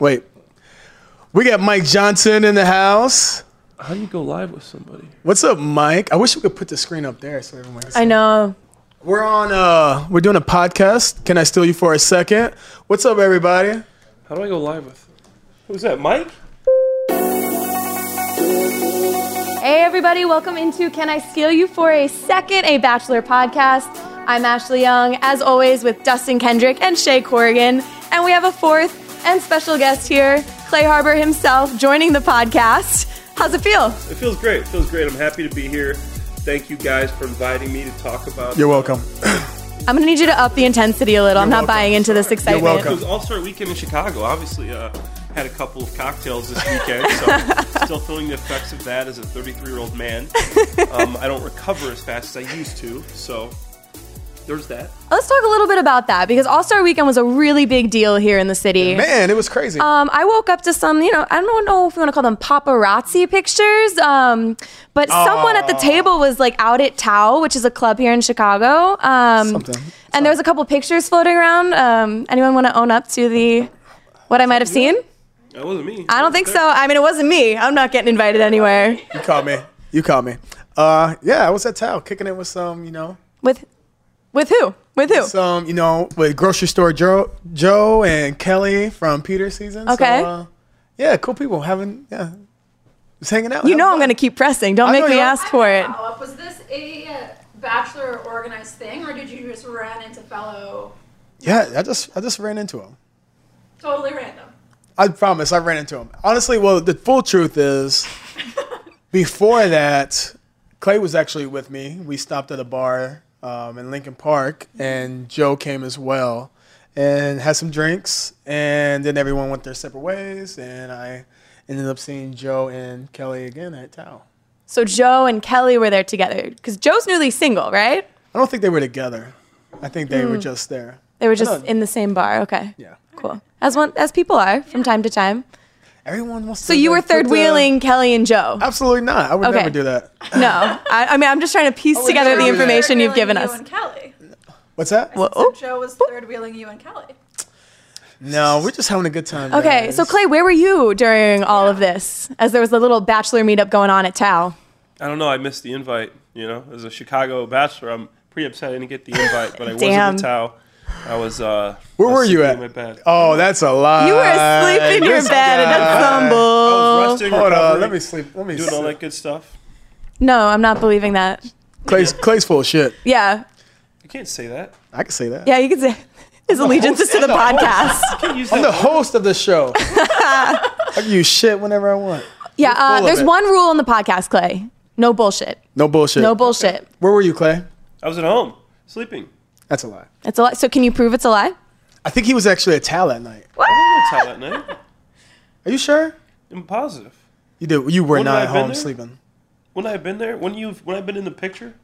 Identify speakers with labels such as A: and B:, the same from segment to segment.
A: Wait. We got Mike Johnson in the house.
B: How do you go live with somebody?
A: What's up, Mike? I wish we could put the screen up there so everyone can see.
C: I know.
A: We're on uh we're doing a podcast. Can I steal you for a second? What's up everybody?
B: How do I go live with? Who's that, Mike?
C: Hey, everybody, welcome into Can I Steal You for a Second, a Bachelor podcast. I'm Ashley Young, as always, with Dustin Kendrick and Shay Corrigan. And we have a fourth and special guest here, Clay Harbor himself, joining the podcast. How's it feel?
B: It feels great. It feels great. I'm happy to be here. Thank you guys for inviting me to talk about.
A: You're welcome.
C: I'm going to need you to up the intensity a little. I'm not
A: welcome.
C: buying into this excitement.
A: welcome.
B: It was All Star Weekend in Chicago. Obviously, uh, had a couple of cocktails this weekend, so still feeling the effects of that as a 33 year old man. Um, I don't recover as fast as I used to, so there's that.
C: Let's talk a little bit about that because All Star Weekend was a really big deal here in the city.
A: Man, it was crazy.
C: Um, I woke up to some, you know, I don't know if you want to call them paparazzi pictures, um, but someone at the table was like out at Tao, which is a club here in Chicago. Um,
A: Something.
C: And there was a couple pictures floating around. Um, anyone want to own up to the what I might have seen?
B: That wasn't me.
C: I don't think so. I mean, it wasn't me. I'm not getting invited anywhere
A: you caught me. You caught me. Uh yeah, I was at Tao kicking it with some, you know,
C: with with who? With who?
A: some, you know, with grocery store Joe Joe and Kelly from Peter season.
C: Okay.
A: So, uh, yeah, cool people having yeah. Just hanging out.
C: you know I'm going to keep pressing. Don't
A: I
C: make
A: know
C: me
A: you are.
C: ask for it.
D: Follow up, was this a uh, bachelor organized thing, or did you just run into fellow
A: Yeah, I just I just ran into him.
D: totally random?
A: I promise I ran into him. Honestly, well, the full truth is before that, Clay was actually with me. We stopped at a bar um, in Lincoln Park, and Joe came as well and had some drinks. And then everyone went their separate ways, and I ended up seeing Joe and Kelly again at Tao.
C: So Joe and Kelly were there together because Joe's newly single, right?
A: I don't think they were together. I think they
C: Hmm.
A: were just there.
C: They were
A: I
C: just
A: know.
C: in the same bar. Okay.
A: Yeah.
C: Cool. As one as people are from time to time.
A: Everyone wants
C: So you were third wheeling Kelly and Joe.
A: Absolutely not. I would
C: Okay.
A: never do that.
C: No, I, I mean I'm just trying to piece together
A: Joe
C: the
A: was
C: information
D: Third
C: you've given
D: wheeling
C: us.
D: You and Kelly.
A: What's that?
C: Whoa.
D: So Joe was third wheeling you and Kelly.
A: No, we're just having a good time.
C: Okay,
A: guys.
C: so Clay, where were you during all of this? As there was a little bachelor meetup going on at Tao.
B: I don't know. I missed the invite. You know, as a Chicago bachelor, I'm pretty upset I didn't get the invite, but I was
C: Damn.
B: at the Tao. I was. Uh,
A: Where
B: I was
A: were you
B: sleeping
A: at?
B: In my bed.
A: Oh, that's a lie.
C: You were
A: Uh,
C: asleep in your
A: This
C: bed, and that's
A: guy.
C: some
B: I was
C: bull.
B: resting.
A: Oh, Hold on,
B: recovering,
A: let me sleep. Let me.
B: Doing all
A: Sleep.
B: that good stuff.
C: No, I'm not believing that.
A: Clay's Clay's full of shit.
C: Yeah,
B: You can't say that.
A: I can say that.
C: yeah, you could say his allegiance is to the podcast.
B: can't use
A: I'm the
B: that.
A: host of the show. I can use shit whenever I want.
C: Yeah, uh,
A: full of
C: there's
A: it.
C: one rule in the podcast, Clay. No bullshit.
A: No bullshit.
C: No bullshit.
A: Where were you, Clay?
B: I was at home sleeping.
A: That's a lie.
C: It's a lie. So can you prove it's a lie?
A: I think he was actually at Tal that night.
B: I didn't go to Thailand night.
A: Are you sure?
B: I'm positive.
A: You did. You were
B: Wouldn't I
A: not at
B: have been
A: home
B: there?
A: sleeping.
B: When I've been there, when you, when I've been in the picture,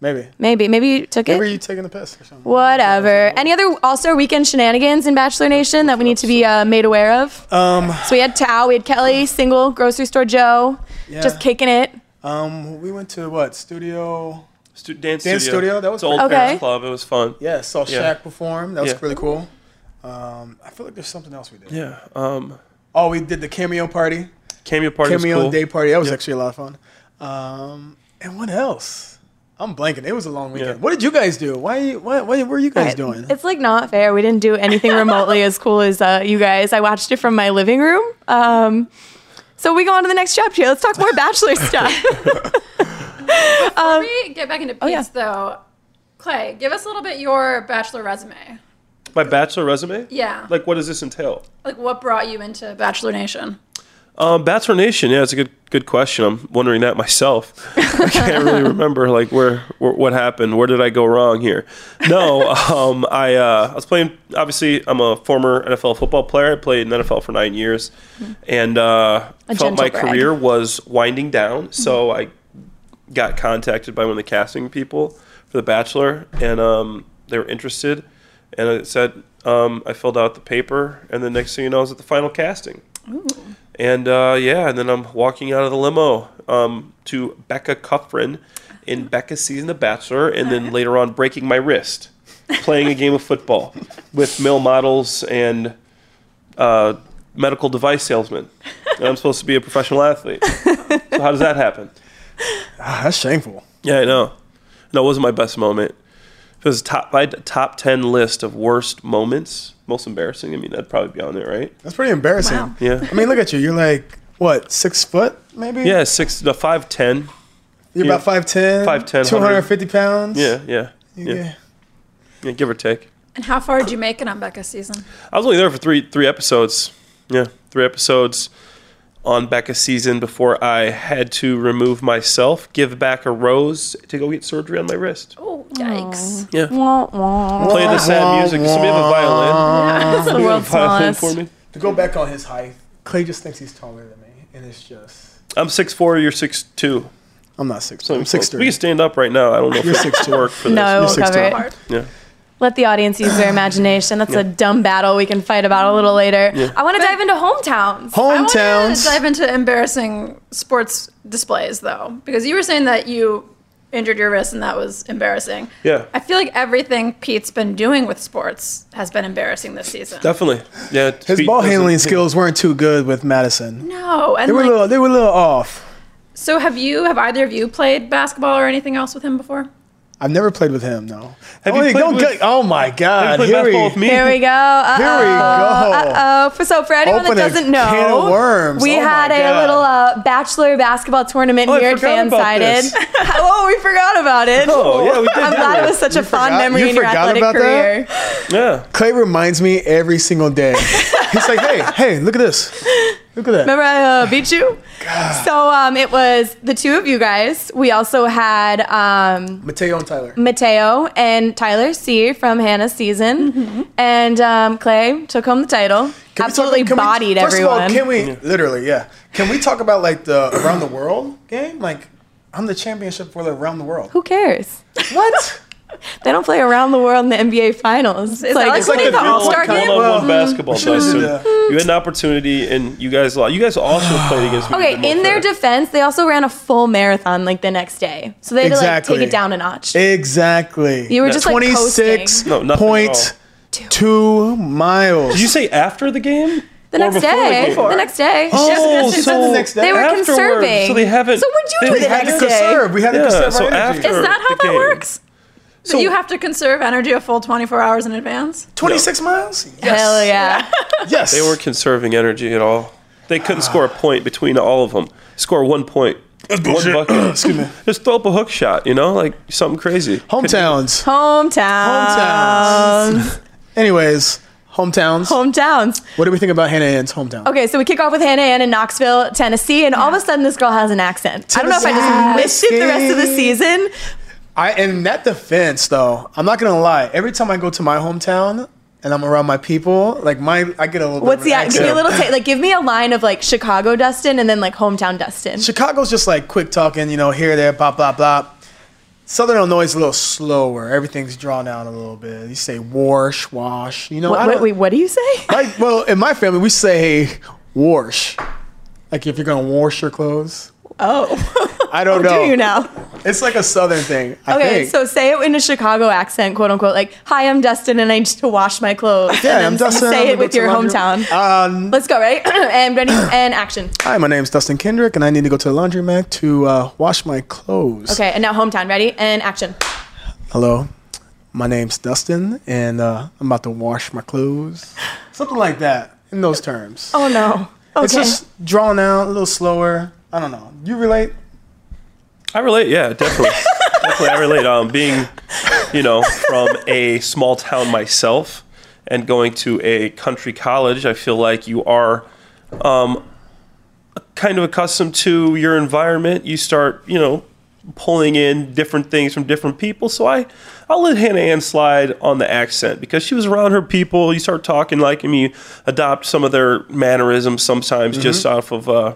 A: Maybe.
C: Maybe. Maybe you took it.
A: Maybe you taking the piss or something.
C: Whatever. Any other also weekend shenanigans in Bachelor Nation that we need to be uh, made aware of?
A: Um.
C: So we had Tao, we had Kelly, single, grocery store Joe,
A: Yeah.
C: just kicking it.
A: Um. We went to what studio?
B: stu- dance,
A: Dance
B: studio.
A: studio, that was
B: It's old
C: pretty cool. Okay.
B: parents club. It was fun.
A: Yeah. Saw Shaq
B: Yeah.
A: perform. That was
B: Yeah.
A: really cool. Um. I feel like there's something else we did.
B: Yeah. Um,
A: Oh, we did the cameo party.
B: cameo party
A: Cameo
B: was cool.
A: day party. That was
B: Yeah.
A: actually a lot of fun. Um, and what else? I'm blanking. It was a long weekend.
B: Yeah.
A: What did you guys do? Why? you- Why? Why were you guys doing?
C: It's like not fair. We didn't do anything remotely as cool as uh, you guys. I watched it from my living room. Um, so we go on to the next chapter. Let's talk more Bachelor stuff.
D: Before we get back into
C: Uh,
D: Pete's,
C: oh, yeah.
D: though, Clay, give us a little bit your bachelor resume.
B: My bachelor resume.
D: Yeah.
B: Like, what does this entail?
D: Like, what brought you into Bachelor Nation?
B: Um, Bachelor Nation. Yeah, it's a good good question. I'm wondering that myself. I can't really remember like where, where what happened. Where did I go wrong here? No, um, I uh, I was playing. Obviously, I'm a former NFL football player. I played in the NFL for nine years, and uh, felt
C: Mm-hmm. gentle
B: my
C: brag. Mm-hmm.
B: career was winding down. So I got contacted by one of the casting people for The Bachelor, and um, they were interested. And it said um, I filled out the paper, and the next thing you know, I was at the final casting. And uh, yeah, and then I'm walking out of the limo um, to Becca Cuffrin in Becca season The Bachelor, and then later on breaking my wrist playing a game of football with male models and uh, medical device salesman, and I'm supposed to be a professional athlete. so how does that happen?
A: Ah, that's shameful.
B: Yeah, I know. No, it wasn't my best moment. If it was top my top ten list of worst moments, most embarrassing. I mean, that'd probably be on there, right?
A: That's pretty embarrassing.
C: Wow.
B: Yeah.
A: I mean, look at you. You're like what, six foot maybe?
B: Yeah, six, the five ten.
A: You're about 5'10",
B: 5'10",
A: 250 pounds.
B: Yeah, yeah, yeah,
A: yeah.
B: yeah, give or take.
D: And how far did you make it on Becca's season?
B: I was only there for three three episodes. Yeah, three episodes on Becca's season before I had to remove myself, give back a rose to go get surgery on my wrist.
D: Oh, yikes.
B: Yeah,
C: Wah, wah.
B: play the sad music. Somebody have a violin.
C: That's the
B: Somebody have a
C: world's
B: violin
C: smallest.
B: for me.
A: To go back on his height, Clay just thinks he's taller than me, and it's just
B: I'm six four. You're six two.
A: I'm not six.
B: So
A: I'm six
B: We
A: three.
B: can stand up right now. I don't know if
A: You're
B: it's
A: six two.
B: work for this.
C: No, it won't
A: six
C: cover
A: two.
C: it.
D: Hard.
B: Yeah.
C: Let the audience use their imagination. That's a dumb battle we can fight about a little later. I want to dive into hometowns.
D: I want to
A: Hometowns.
D: dive into embarrassing sports displays, though, because you were saying that you injured your wrist and that was embarrassing.
B: Yeah.
D: I feel like everything Pete's been doing with sports has been embarrassing this season.
B: Definitely. Yeah.
A: His
B: Pete
A: ball
B: doesn't-
A: handling skills weren't too good with Madison.
D: no, and
A: They were a
D: like,
A: little. They were a little off.
D: so have you? Have either of you played basketball or anything else with him before?
A: I've never played with him. No.
B: Have you
A: Only-
B: played
A: don't
B: with-
A: get- oh my
B: Have
A: God!
B: you played
A: Here we,
B: basketball with me?
C: Here we go. Uh-oh.
A: Here we go.
C: Uh oh. For so for anyone
A: Open a
C: that doesn't know,
A: can of worms.
C: we
A: Oh my
C: had a
A: God.
C: little uh, bachelor basketball tournament
B: Oh, I
C: here at
B: forgot about
C: Fansided.
B: this.
C: oh, we forgot about it.
B: Oh, yeah, we did,
C: I'm
B: didn't
C: glad
B: we?
C: it was such a fond
A: forgot-
C: memory
A: you
C: in your
A: forgot
C: athletic
A: about that?
C: career.
B: Yeah.
A: Clay reminds me every single day. He's like, hey, hey, look at this. Look at that.
C: Remember I uh, beat you? So um, it was the two of you guys. We also had um,
A: Mateo and Tyler.
C: Mateo and Tyler C from Hannah's season, and um, Clay took home the title.
A: Mm-hmm. Can we talk-
C: Absolutely
A: can we-
C: bodied
A: first
C: everyone.
A: Of all, can we literally? Yeah. Can we talk about like the around the world game? Like, I'm the championship for the around the world.
C: Who cares?
A: What?
C: They don't play around the world in the NBA finals. It's
D: that like
C: it's
D: what
C: like
D: they the
C: the
D: call
C: All Star
D: it?
B: One
C: game.
B: on
A: Well,
B: one basketball.
A: we should've
B: Dustin.
A: did that.
B: You had an opportunity, and you guys lost. You guys also played against me.
C: Okay, in their
B: defense.
C: defense, they also ran a full marathon like the next day, so they had to
A: Exactly.
C: like take it down a notch.
A: Exactly.
C: You were just, like, coasting.
B: No, nothing at all.
A: 26.2 miles.
B: Did you say after the game?
C: the next day,
B: Before?
C: the next day,
B: Oh,
A: Yes, yes, yes,
B: so
A: the next day.
C: they were
B: afterwards.
C: conserving.
B: So they haven't.
C: So what'd you
B: they haven't
C: do the
A: we had
C: next
A: to
C: day?
A: conserve. We had to
B: Yeah,
A: conserve
B: so
A: our energy.
B: after-
D: Is that how
B: the
D: that
B: game.
D: works?
B: So-
D: that you have to conserve energy a full 24 hours in advance?
A: 26 miles? Yes.
C: Hell yeah!
A: Yes.
B: They weren't conserving energy at all. They couldn't score a point between all of them. Score one point. One bucket. Excuse me. Just throw up a hook shot, you know, like something crazy.
A: Hometowns.
C: Hometowns.
A: Hometowns. Anyways, hometowns.
C: Hometowns.
A: what do we think about Hannah Ann's hometown?
C: Okay, so we kick off with Hannah Ann in Knoxville, Tennessee, and all of a sudden this girl has an accent. I don't know if I just missed
A: Tennessee.
C: it the rest of the season.
A: I in that defense though, I'm not gonna lie. Every time I go to my hometown and I'm around my people, like my I get a little.
C: What's
A: bit
C: the
A: of an
C: give me a
A: accent.
C: little ta- like give me a line of like Chicago Dustin and then like hometown Dustin.
A: Chicago's just like quick talking, you know, here, there, blah, blah, blah. Southern Illinois is a little slower. Everything's drawn out a little bit. You say warsh, wash. You know, I
C: what,
A: don't-
C: wait, wait, what do you say?
A: like, well, in my family, we say warsh. Like if you're gonna wash your clothes.
C: Oh,
A: I don't know.
C: do you now?
A: It's like a Southern thing. I
C: Okay,
A: think.
C: so say it in a Chicago accent, quote unquote, like "Hi, I'm Dustin, and I need to wash my clothes."
A: yeah,
C: and
A: I'm
C: then
A: Dustin. I'm
C: Say
A: gonna
C: it
A: go
C: with
A: to
C: your
A: laundry-
C: hometown.
A: Um,
C: Let's go, ready? and ready and action.
A: hi, my name's Dustin Kendrick, and I need to go to the laundromat to uh, wash my clothes.
C: Okay, and now hometown, ready and action.
A: Hello, my name's Dustin, and uh, I'm about to wash my clothes. Something like that in those terms.
C: Oh no. Okay.
A: It's just drawn out, a little slower. I don't know. You relate?
B: I relate, yeah, definitely. definitely, I relate. Um, being, you know, from a small town myself and going to a country college, I feel like you are um, kind of accustomed to your environment. You start, you know, pulling in different things from different people. So I, I'll let Hannah Ann slide on the accent because she was around her people. You start talking like him. You adopt some of their mannerisms sometimes just off of. Uh,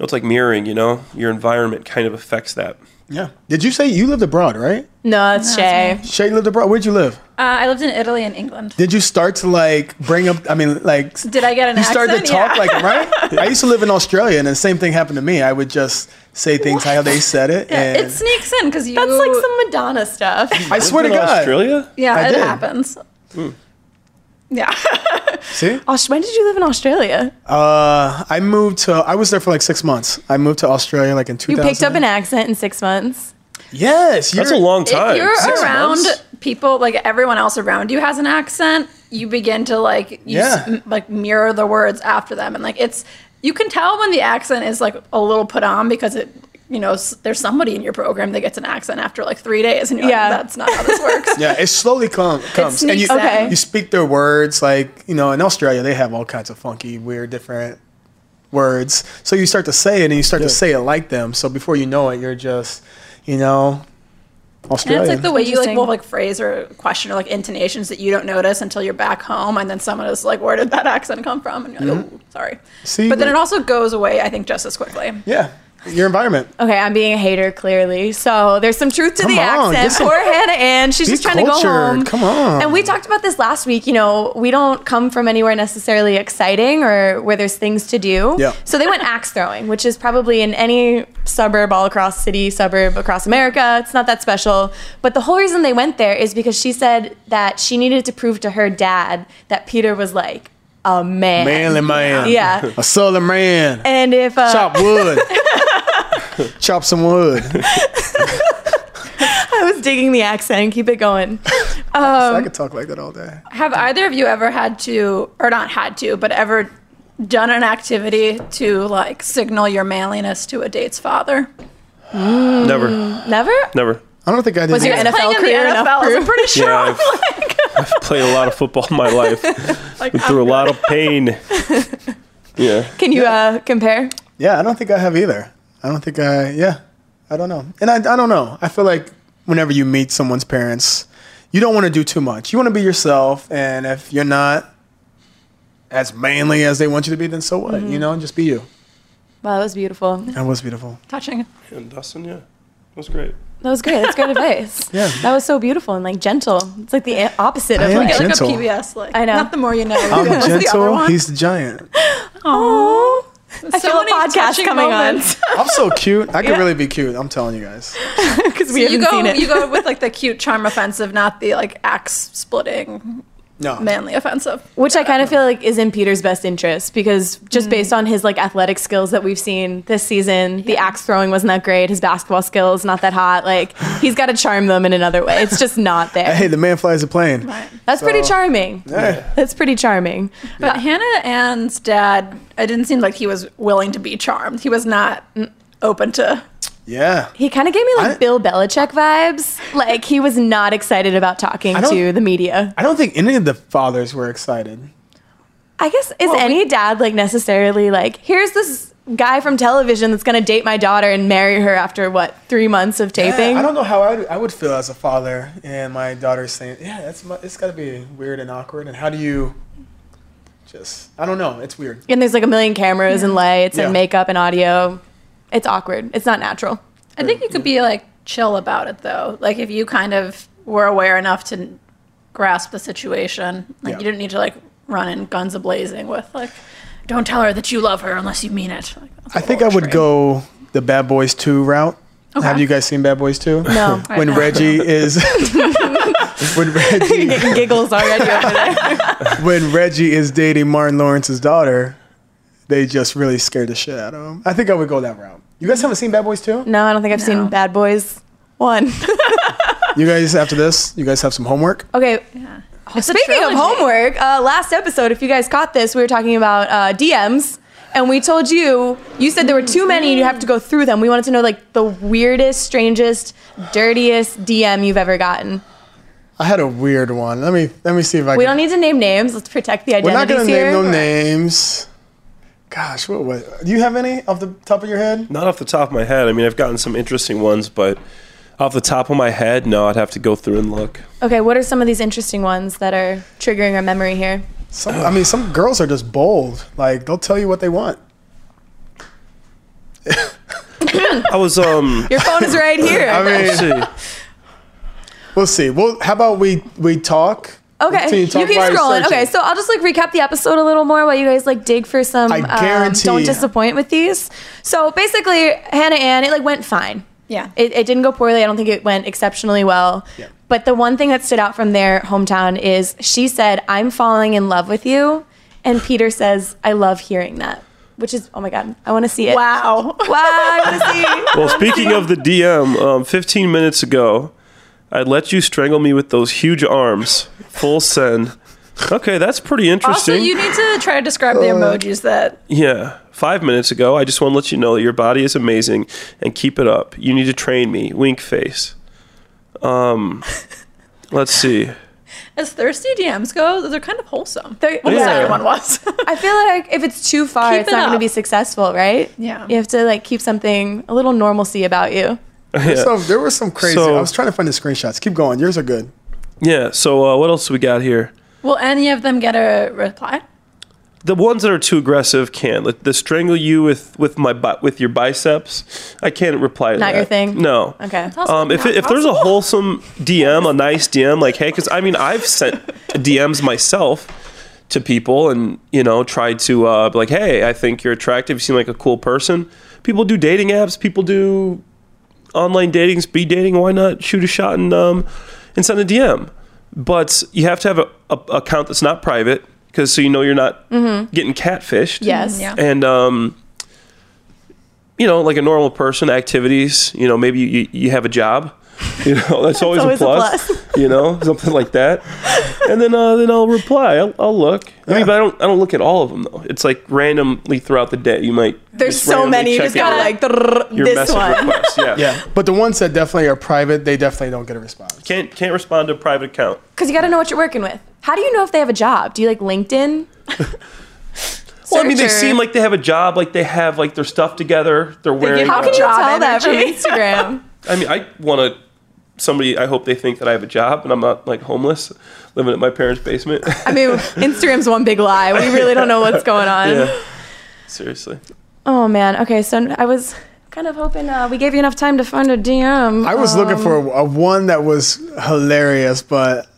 B: it's like mirroring, you know? Your environment kind of affects that.
A: Yeah. Did you say you lived abroad, right?
C: no, it's Shay.
A: Shay lived abroad. Where'd you live?
D: Uh, I lived in Italy and England.
A: Did you start to like bring up? I mean, like
D: Did I get an
A: you started
D: accent?
A: to talk
D: Yeah.
A: like him, right? I used to live in Australia, and the same thing happened to me. I would just say things how they said it,
D: Yeah,
A: and
D: it sneaks in because you.
C: That's like some Madonna stuff.
A: I swear to
B: Lived in
A: God,
B: Australia?
D: Yeah,
A: I
D: it
A: did.
D: happens. Yeah.
A: See?
C: Aus- when did you live in Australia?
A: Uh, I moved to. I was there for like six months. I moved to Australia like in two
C: You
A: thousand.
C: picked up an accent in six months.
A: Yes,
B: That's a
A: you're-
B: long time.
D: If you're
B: Six
D: around
B: months?
D: people, like everyone else around you has an accent, you begin to like you
A: Yeah.
D: s- m- like mirror the words after them, and like it's you can tell when the accent is like a little put on because it you know s- there's somebody in your program that gets an accent after like three days, and you're
C: Yeah.
D: like that's not how this works.
A: Yeah, it slowly com- comes. And you,
D: sneaks
C: Okay. in.
A: you speak their words. Like, you know, in Australia, they have all kinds of funky, weird, different words. So you start to say it and you start to
B: Yeah.
A: say it like them. So before you know it, you're just, you know,
D: And
A: Australian.
D: it's like the way you like
C: Interesting.
D: will like phrase or question or like intonations that you don't notice until you're back home, and then someone is like, "Where did that accent come from?" And you're like, "Oh, sorry."
A: See,
D: but then
A: like-
D: it also goes away, I think, just as quickly.
A: yeah, your environment.
C: Okay, I'm being a hater clearly. So there's some truth to
A: Come
C: the
A: on, get
C: accent.
A: some-
C: Poor Hannah Ann. She's
A: Be
C: just trying to go
A: cultured,
C: home.
A: come on.
C: And we talked about this last week. You know, we don't come from anywhere necessarily exciting or where there's things to do.
A: Yeah.
C: So they went axe throwing, which is probably in any suburb, all across city, suburb, across America. It's not that special. But the whole reason they went there is because she said that she needed to prove to her dad that Peter was like a man.
A: Manly man.
C: Yeah.
A: A southern man.
C: And if uh,
A: Chop wood. Chop some wood.
C: I was digging the accent, keep it going. Um,
A: I could talk like that all day.
D: Have either of you ever had to, or not had to, but ever done an activity to like signal your manliness to a date's father?
B: Never,
C: Never?
B: never.
A: I don't think I did.
C: Was your
A: that.
C: NFL
D: Playing in the
C: career enough
D: NFL is a
C: proof?
D: pretty strong.
B: Yeah, I've, I've played a lot of football in my life.
D: like,
B: Been through a lot of pain. Yeah.
C: Can you uh, compare?
A: Yeah, I don't think I have either. I don't think I. Yeah, I don't know. And I, I don't know. I feel like whenever you meet someone's parents, you don't want to do too much. You want to be yourself, and if you're not as manly as they want you to be, then so what?
C: Mm-hmm.
A: You know, just be you.
C: Wow, that was beautiful. That
A: That was beautiful.
D: touching.
B: And Dustin, yeah, that was great.
C: was great. That's great advice.
A: Yeah.
C: That was so beautiful and like gentle. It's like the a- opposite of
A: I am
C: like.
D: Get like a
A: Gentle.
D: PBS like.
C: I know.
D: Not the more you know.
A: I'm
D: What's the other
A: gentle.
D: one?
A: He's the giant.
C: Oh, I
D: So
C: feel a
D: many
C: podcast
D: touching
C: coming
D: moments.
A: I'm so cute. I could
C: Yeah.
A: really be cute. I'm telling you guys.
C: on because we
D: you
C: haven't
D: go,
C: seen it.
D: you go with like the cute charm offensive, not the like axe splitting
A: No.
D: manly offensive.
C: Which I kind of feel like is in Peter's best interest because just
D: Mm.
C: based on his like athletic skills that we've seen this season, the axe throwing wasn't that great. His basketball skills not that hot. Like he's got to charm them in another way. It's just not there.
A: Hey, the man flies a plane.
C: That's pretty
A: So-
C: charming.
A: Eh,
C: That's pretty charming.
D: But Hannah Ann's dad, it didn't seem like he was willing to be charmed. He was not open to.
A: Yeah.
C: He kind of gave me like
A: I-
C: Bill Belichick vibes. Like he was not excited about talking
A: I don't-
C: to the media.
A: I don't think any of the fathers were excited.
C: I guess is any dad like necessarily like here's this guy from television that's gonna date my daughter and marry her after what three months of taping?
A: Yeah, I don't know how I would, I would feel as a father and my daughter's saying, "Yeah, that's my, it's got to be weird and awkward." And how do you just I don't know, it's weird.
C: and there's like a million cameras and lights
A: Yeah.
C: and makeup and audio. It's awkward. It's not natural.
D: I think you could be like chill about it though. Like if you kind of were aware enough to n- grasp the situation, like
A: Yeah.
D: you didn't need to like run in guns a blazing with like, don't tell her that you love her unless you mean it. Like, that's
A: I
D: a
A: think I
D: little
A: would
D: extreme.
A: go the Bad Boys 2 route.
D: Okay.
A: Have you guys seen Bad Boys 2?
C: No.
D: Right
A: when
D: now.
A: Reggie is when Reggie
C: Getting giggles already over there.
A: when Reggie is dating Martin Lawrence's daughter, they just really scared the shit out of him. I think I would go that route. You guys haven't seen Bad Boys 2?
C: No, I don't think I've
D: No.
C: seen Bad Boys one.
A: You guys after this, you guys have some homework?
C: okay,
D: Yeah.
C: Speaking of homework, uh, last episode, if you guys caught this, we were talking about uh, DMs, and we told you you said there were too many, and you have to go through them. We wanted to know like the weirdest, strangest, dirtiest DM you've ever gotten.
A: I had a weird one. Let me let me see if I
C: We
A: can
C: don't need to name names. Let's protect the
A: We're
C: identities
A: not gonna
C: here.
A: name no names. Gosh, what was? Do you have any off the top of your head?
B: Not off the top of my head. I mean, I've gotten some interesting ones, but off the top of my head, no, I'd have to go through and look.
C: Okay, what are some of these interesting ones that are triggering our memory here?
A: Some, I mean, some girls are just bold. Like they'll tell you what they want.
B: I was um.
C: Your phone is right here.
A: I mean,
B: let's see.
A: we'll see. Well, how about we we talk? We'll
C: Okay,
A: continue
C: you
A: to talk
C: keep
A: while you're
C: scrolling.
A: searching.
C: Okay, so I'll just like recap the episode a little more while you guys like dig for some.
A: I
C: um,
A: guarantee-
C: don't disappoint with these. So basically, Hannah Ann, it like went fine.
D: Yeah.
C: It, it didn't go poorly. I don't think it went exceptionally well.
A: Yeah.
C: But the one thing that stood out from their hometown is she said, "I'm falling in love with you." And Peter says, I love hearing that, which is, oh my God, I want to see it.
D: Wow.
C: Wow, I want to see.
B: Well, speaking of the DM, um, 15 minutes ago, I let you strangle me with those huge arms. Full send. Okay, that's pretty
D: Also,
B: interesting.
D: you need to try to describe
A: Uh,
D: the emojis that
B: yeah, five minutes ago, I just want to let you know that your body is amazing and keep it up. You need to train me. Wink face. Um, let's see.
D: As thirsty DMs go, they're kind of wholesome.
C: They're-
D: well,
B: Yeah.
D: the second one was.
C: I feel like if it's too far,
D: Keep
C: it's
D: it
C: not going to
D: up.
C: be successful, right?
D: Yeah.
C: You have to like keep something, a little normalcy about you.
B: Yeah.
A: So there was some crazy.
B: So-
A: I was trying to find the screenshots. Keep going. Yours are good.
B: Yeah. So uh, what else we got here?
D: Will any of them get a reply?
B: The ones that are too aggressive can. Like the strangle you with with my bi- with your biceps. I can't reply. To
C: Not
B: that.
C: your thing?
B: No.
C: Okay.
D: That's
B: Um, if,
D: not
B: it, if there's a
D: possible.
B: wholesome DM, a nice DM, like hey, because I mean I've sent DMs myself to people and you know tried to uh, be like hey, I think you're attractive. You seem like a cool person. People do dating apps. People do online dating, speed dating. Why not shoot a shot and um, and send a DM? But you have to have a, a account that's not private because so you know you're not getting catfished.
C: Yes.
D: Mm, yeah.
B: And um, you know, like a normal person, activities. You know, maybe you, you have a job. You know, that's, always,
C: always a
B: a plus. you know, something like that. And then uh, then I'll reply. I'll, I'll look. I mean,
A: Yeah.
B: but I don't I don't look at all of them though. It's like randomly throughout the day. You might
C: There's
B: just
C: so
B: randomly
C: many. You
B: check
C: just
B: in
C: gotta
B: your-
C: like "Drrr,
B: your
C: this
B: message
C: one.
B: requests. Yeah.
A: Yeah, but the ones that definitely are private, they definitely don't get a response.
B: Can't can't respond to a private account.
C: Because you got to know what you're working with. How do you know if they have a job? Do you like LinkedIn?
B: Well, I mean, they
C: Searcher.
B: seem like they have a job, like they have like their stuff together. They're wearing.
D: give
C: How
B: uh,
C: can you
D: Job
C: tell that from
D: energy.
C: Instagram?
B: I mean, I want to. Somebody, I hope they think that I have a job and I'm not like homeless, living at my parents' basement.
C: I mean, Instagram's one big lie. We really don't know what's going on.
B: yeah, seriously.
C: Oh man. Okay, so I was kind of hoping uh, we gave you enough time to find a DM.
A: I was looking for
C: Um,
A: a, a one that was hilarious, but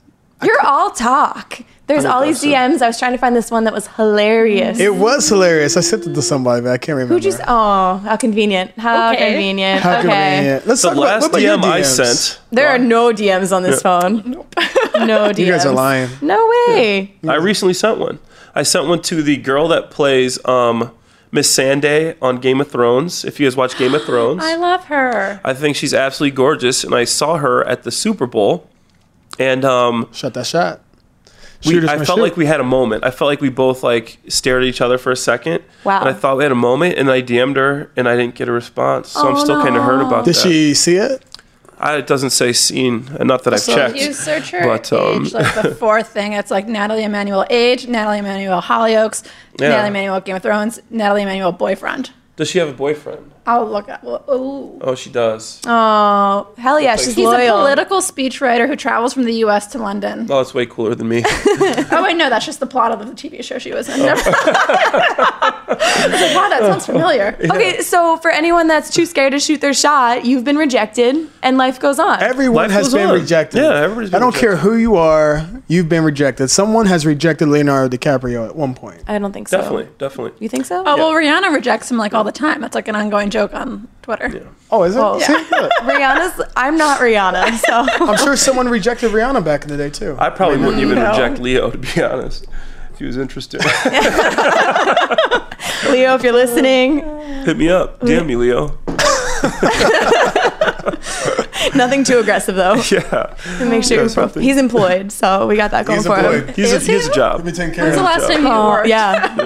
C: You're all talk. There's
B: I
C: all these
B: guess so.
C: DMs. I was trying to find this one that was hilarious.
A: it was hilarious. I sent it to somebody, but I can't remember.
C: Who just? Oh, how convenient. How
D: Okay.
C: convenient.
A: How
C: okay.
A: convenient. Let's
B: The
A: talk about,
B: last
A: what about your
B: DM I
A: DMs?
B: sent,
C: There are no DMs on this phone. No DMs.
A: You guys are lying.
C: No way.
B: I recently sent one. I sent one to the girl that plays um, Miss Sanday on Game of Thrones. If you guys watch Game of Thrones,
D: I love her.
B: I think she's absolutely gorgeous, and I saw her at the Super Bowl, and um,
A: Shut that shot.
B: we,
A: Shooters
B: I
A: gonna
B: felt
A: shoot.
B: like we had a moment. I felt like we both like stared at each other for a second.
C: Wow.
B: And I thought we had a moment, and I DM'd her, and I didn't get a response. So I'm
C: Oh,
B: still kind
C: no.
B: of hurt about
A: Did
B: that.
A: she see it?
B: I, it doesn't say seen, and not that I've checked.
D: You search her
B: But, um,
D: age, like the fourth thing. It's like Natalie Emanuel age, Natalie Emanuel Hollyoaks,
B: Yeah.
D: Natalie Emanuel Game of Thrones, Natalie Emanuel boyfriend.
B: Does she have a boyfriend?
D: I'll look at. Well, ooh.
B: Oh, she does.
C: Oh, hell yeah, she's
D: He's
C: loyal.
D: a political speechwriter who travels from the U.S. to London.
B: Oh, it's way cooler than me.
D: Oh wait, no, that's just the plot of the TV show she was
B: Oh.
D: in. Never- I was like, wow, that sounds familiar.
C: Okay, so for anyone that's too scared to shoot their shot, you've been rejected, and life goes on.
A: Everyone
B: Life
A: has
B: goes
A: been
B: on.
A: rejected.
B: Yeah, everybody's been
A: I don't care
B: rejected.
A: who you are. You've been rejected. Someone has rejected Leonardo DiCaprio at one point.
C: I don't think so.
B: definitely, definitely.
C: You think so?
D: Oh well, Rihanna rejects him like all the time. That's like an ongoing joke on Twitter.
A: Oh, is it?
C: Well,
A: See, look.
C: Rihanna's. I'm not Rihanna, so
A: I'm sure someone rejected Rihanna back in the day too.
B: I probably wouldn't even
D: No.
B: reject Leo to be honest. If he was interested,
C: Leo, if you're listening,
B: hit me up. DM me, Leo.
C: nothing too aggressive though.
B: Yeah,
C: Make sure
B: Yeah,
C: you're pro-
B: something.
C: he's employed, so we got that going
A: He's
C: for
A: employed.
C: him.
B: he's a,
D: Is
B: he has a
D: he?
B: job.
A: Let me take care
D: When's
A: of
D: the last
B: job.
D: time you
C: Oh
D: worked?
C: yeah,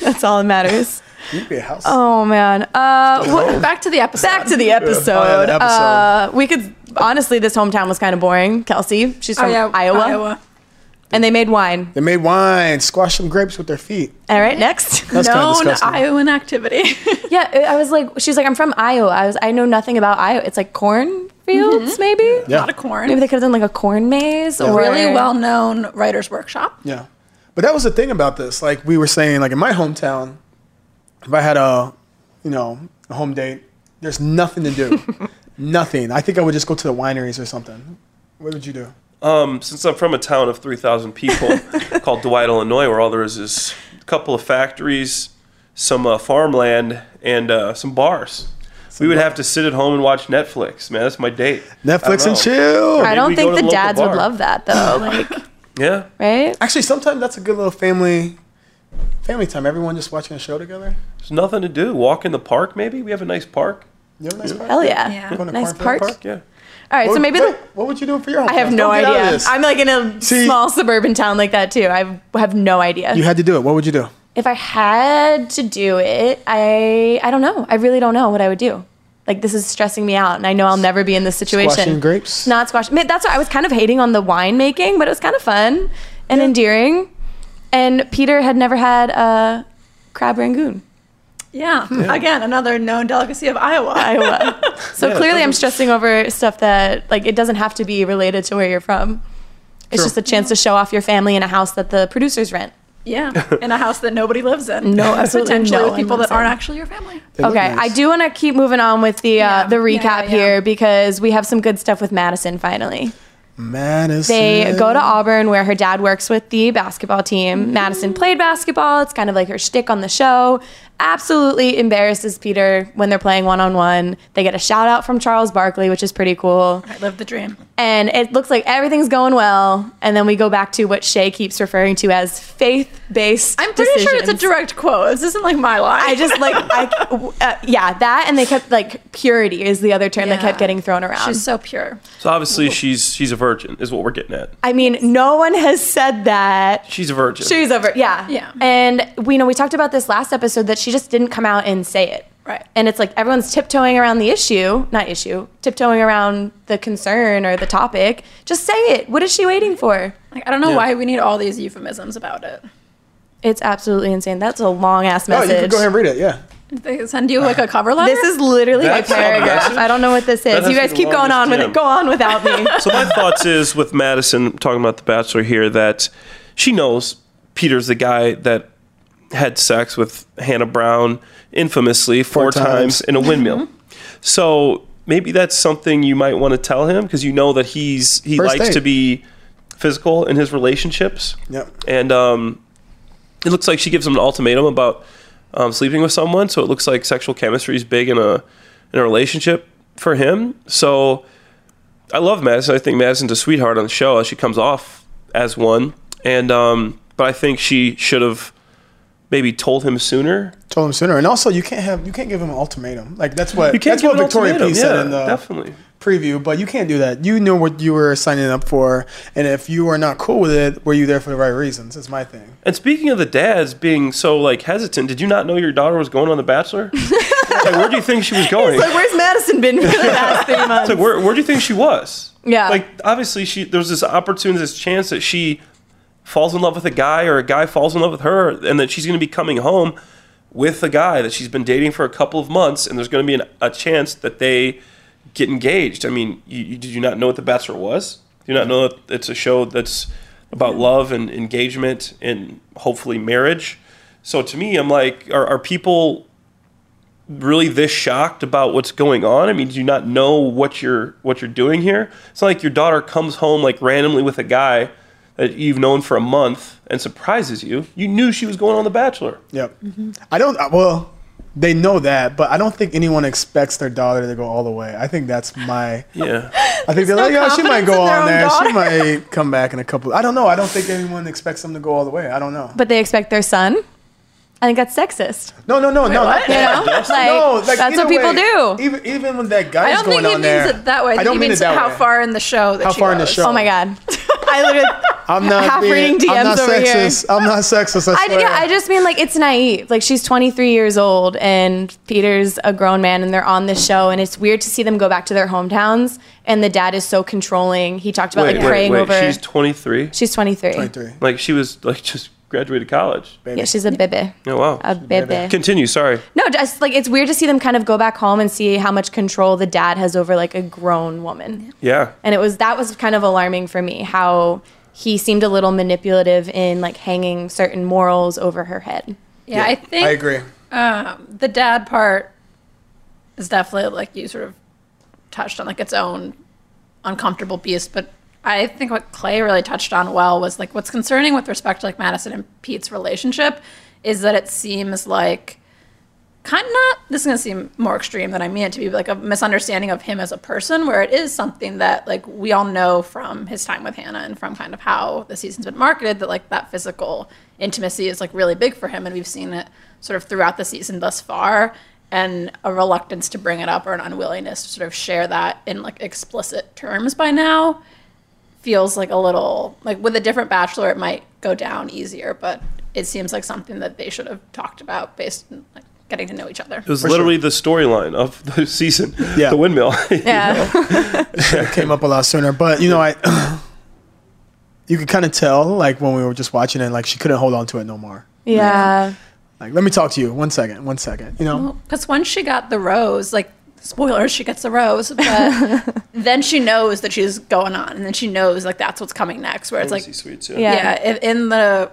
C: that's all that matters.
A: You'd be a house.
C: Oh man. Uh, wh-
D: Back to the episode.
C: back to the episode.
A: Oh, yeah, the episode.
C: Uh, we could honestly, this hometown was kind of boring. Kelsey, she's
D: Oh,
C: from
D: yeah,
C: Iowa,
D: Iowa.
C: and they made wine.
A: They made wine, squashed some grapes with their feet.
C: All right, next.
A: That's kind of
D: Known
A: disgusting.
D: Iowan activity.
C: Yeah, I- I was like, she's like, I'm from Iowa. I was, I know nothing about Iowa. It's like corn fields, maybe.
A: yeah.
D: A lot of corn.
C: Maybe they could have done like a corn maze. Or
D: really well known writer's workshop.
A: Yeah. But that was the thing about this. Like we were saying, like in my hometown, if I had a, you know, a home date, there's nothing to do. nothing. I think I would just go to the wineries or something. What would you do?
B: Um, since I'm from a town of 3,000 people called Dwight, Illinois, where all there is is a couple of factories, some uh, farmland, and uh, some bars. we would have to sit at home and watch Netflix. Man, that's my date.
A: Netflix
B: I
A: and
B: don't
A: chill.
B: Maybe
C: I don't
B: we go to
C: think the
B: the local
C: dads would
B: bar.
C: love that though. Like,
B: know. Yeah.
C: right?
A: Actually, sometimes that's a good little family Family time. Everyone just watching a show together.
B: There's nothing to do. Walk in the park, maybe. We have a nice park.
A: You have a nice park.
C: Hell yeah.
D: Yeah.
A: Going to
C: Nice
A: Cornfield
C: park.
B: Yeah.
C: All right,
A: What-
C: so maybe
A: what,
C: the,
A: what would you do for your? Home
C: I have
A: class?
C: no
A: Don't get out of
C: idea.
A: this.
C: I'm like in a
A: See-
C: small suburban town like that too. I have no idea.
A: you had to do it. What would you do?
C: if I had to do it, I I don't know. I really don't know what I would do. Like this is stressing me out, and I know I'll never be in this situation.
A: Squashing grapes?
C: Not squashing. But That's why I was kind of hating on the wine making, but it was kind of fun and endearing. And Peter had never had a crab rangoon.
D: Yeah.
C: Hmm.
D: Again, another known delicacy of Iowa.
C: Iowa. so
B: Yeah, it
C: clearly, I'm
B: doesn't-
C: stressing over stuff that like it doesn't have to be related to where you're from. It's
A: Sure.
C: just a chance to show off your family in a house that the producers rent.
D: Yeah. In a house that nobody lives in.
C: No, absolutely
D: Potentially
C: no
D: with
C: one
D: people
C: lives
D: that aren't
C: in.
D: actually your family.
A: They look
C: okay, I
A: nice.
C: do want to keep moving on with the uh,
D: Yeah.
C: the recap
D: Yeah, yeah, yeah.
C: here because we have some good stuff with Madison finally.
A: Madison.
C: They go to Auburn where her dad works with the basketball team.
D: Mm-hmm.
C: Madison played basketball. It's kind of like her shtick on the show. Absolutely embarrasses Peter when they're playing one on one. They get a shout out from Charles Barkley, which is pretty cool.
D: I live the dream.
C: And it looks like everything's going well. And then we go back to what Shay keeps referring to as faith based.
D: I'm pretty sure it's a direct quote. This isn't like my line.
C: I just like, I, uh, yeah, that and they kept like purity is the other term that kept getting thrown around.
D: She's so pure.
B: So obviously she's she's a virgin is what we're getting at.
C: I mean, no one has said that.
B: She's a virgin.
C: She's over, yeah,
D: Yeah.
C: And we you know we talked about this last episode that she just didn't come out and say it,
D: Right.
C: And it's like everyone's tiptoeing around the issue, not issue, tiptoeing around the concern or the topic. Just say it. What is she waiting for?
D: Like I don't know
B: Yeah.
D: why we need all these euphemisms about it.
C: It's absolutely insane. That's a long ass
A: Oh, you
C: message.
A: can go ahead and read it. Yeah.
D: Did they send you like a cover letter?
C: This is literally
B: That's
C: a
B: not a
C: paragraph.
B: message.
C: I don't know what this
B: That
C: is. You
B: has
C: guys
B: to be
C: keep
B: the
C: going on
B: longest
C: with
B: gem.
C: it. Go on without me.
B: so my thoughts is with Madison talking about the Bachelor here that she knows Peter's the guy that had sex with Hannah Brown infamously
A: Four
B: four, times.
A: times. Mm-hmm.
B: in a windmill. so maybe that's something you might want to tell him because you know that he's he
A: First
B: likes
A: date.
B: to be physical in his relationships.
A: Yep.
B: And um, it looks like she gives him an ultimatum about um, sleeping with someone. So it looks like sexual chemistry is big in a in a relationship for him. So I love Madison. I think Madison's a sweetheart on the show. She comes off as one, and um, but I think she should have maybe told him sooner.
A: Told him sooner. And also, you can't have you can't give him an ultimatum. Like that's what
B: You can't
A: that's
B: give
A: what
B: an
A: Victoria
B: ultimatum.
A: P
B: yeah,
A: said in the
B: definitely.
A: preview, but you can't do that. You knew what you were signing up for, and if you were not cool with it, were you there for the right reasons? It's my thing.
B: And speaking of the dads being so like hesitant, did you not know your daughter was going on The Bachelor? like, where do you think she was going?
C: Like, where's Madison been for the past three months?
B: It's like, where, where do you think she was?
C: Yeah.
B: Like, obviously, she there's this opportunity, this chance that she falls in love with a guy or a guy falls in love with her and that she's going to be coming home with a guy that she's been dating for a couple of months and there's going to be an, a chance that they get engaged. I mean, you, you, did you not know what The Bachelor was? Do you not know that it's a show that's about love and engagement and hopefully marriage? So to me, I'm like, are, are people really this shocked about what's going on? I mean, do you not know what you're what you're doing here? It's not like your daughter comes home like randomly with a guy that you've known for a month and surprises you. You knew she was going on The Bachelor.
A: Yep.
B: Mm-hmm.
A: I don't. uh, Well, they know that, but I don't think anyone expects their daughter to go all the way. I think that's my.
B: Yeah.
A: I think they're like,
D: no
A: yeah, she might
D: confidence
A: go
D: in their
A: on
D: own
A: there. She might come back in a couple. I don't know. I don't think anyone expects them to go all the way. I don't know.
C: but they expect their son. I think that's sexist.
A: No, no, no, no. not
D: what?
C: You
A: that.
C: know, like,
A: No, like,
C: that's
A: either
C: what people
A: way,
C: do.
A: Even even when that guy's
D: I don't
A: going
D: think he
A: on
D: means
A: there,
D: it that way. I,
A: I don't
D: he
A: mean
D: means
A: it that
D: how
A: way.
D: far in the show that
A: How
D: she
A: far in the
D: goes.
A: show?
C: oh my god, I literally.
A: I'm not
C: Half
A: being,
C: reading
A: I'm not
C: DMs over here.
A: sexist. I'm not sexist. I
C: I,
A: swear.
C: yeah, I just mean like it's naive. Like she's 23 years old and Peter's a grown man and they're on this show and it's weird to see them go back to their hometowns and the dad is so controlling. He talked about
B: Wait,
C: like
B: wait,
C: praying
B: wait.
C: over.
B: She's
C: She's,
B: 23.
C: 23.
A: 23.
B: Like she was like just graduated college.
C: Yeah, she's a baby.
B: Oh wow.
C: A baby.
B: Continue. Sorry.
C: No, just like it's weird to see them kind of go back home and see how much control the dad has over like a grown woman.
B: Yeah.
C: and it was that was kind of alarming for me how he seemed a little manipulative in like hanging certain morals over her head
D: Yeah, I think
A: I agree.
D: um, the dad part is definitely like you sort of touched on like its own uncomfortable beast but i think what clay really touched on well was like what's concerning with respect to like madison and pete's relationship is that it seems like kind of not this is going to seem more extreme than i mean it to be but like a misunderstanding of him as a person where it is something that like we all know from his time with hannah and from kind of how the season's been marketed that like that physical intimacy is like really big for him and we've seen it sort of throughout the season thus far and a reluctance to bring it up or an unwillingness to sort of share that in like explicit terms by now feels like a little like with a different bachelor it might go down easier but it seems like something that they should have talked about based on like getting to know each other
B: It was
A: For
B: literally the storyline of the season,
A: Yeah.
B: the windmill.
D: yeah
A: It came up a lot sooner, but you know, I you could kind of tell like when we were just watching it, like she couldn't hold on to it no more.
C: Yeah.
A: Like, let me talk to you. One second, one second. You know,
D: because once she got the rose like spoilers she gets the rose but then she knows that she's going on and then she knows like that's what's coming next where it's like
B: sweets,
C: Yeah.
D: yeah if in the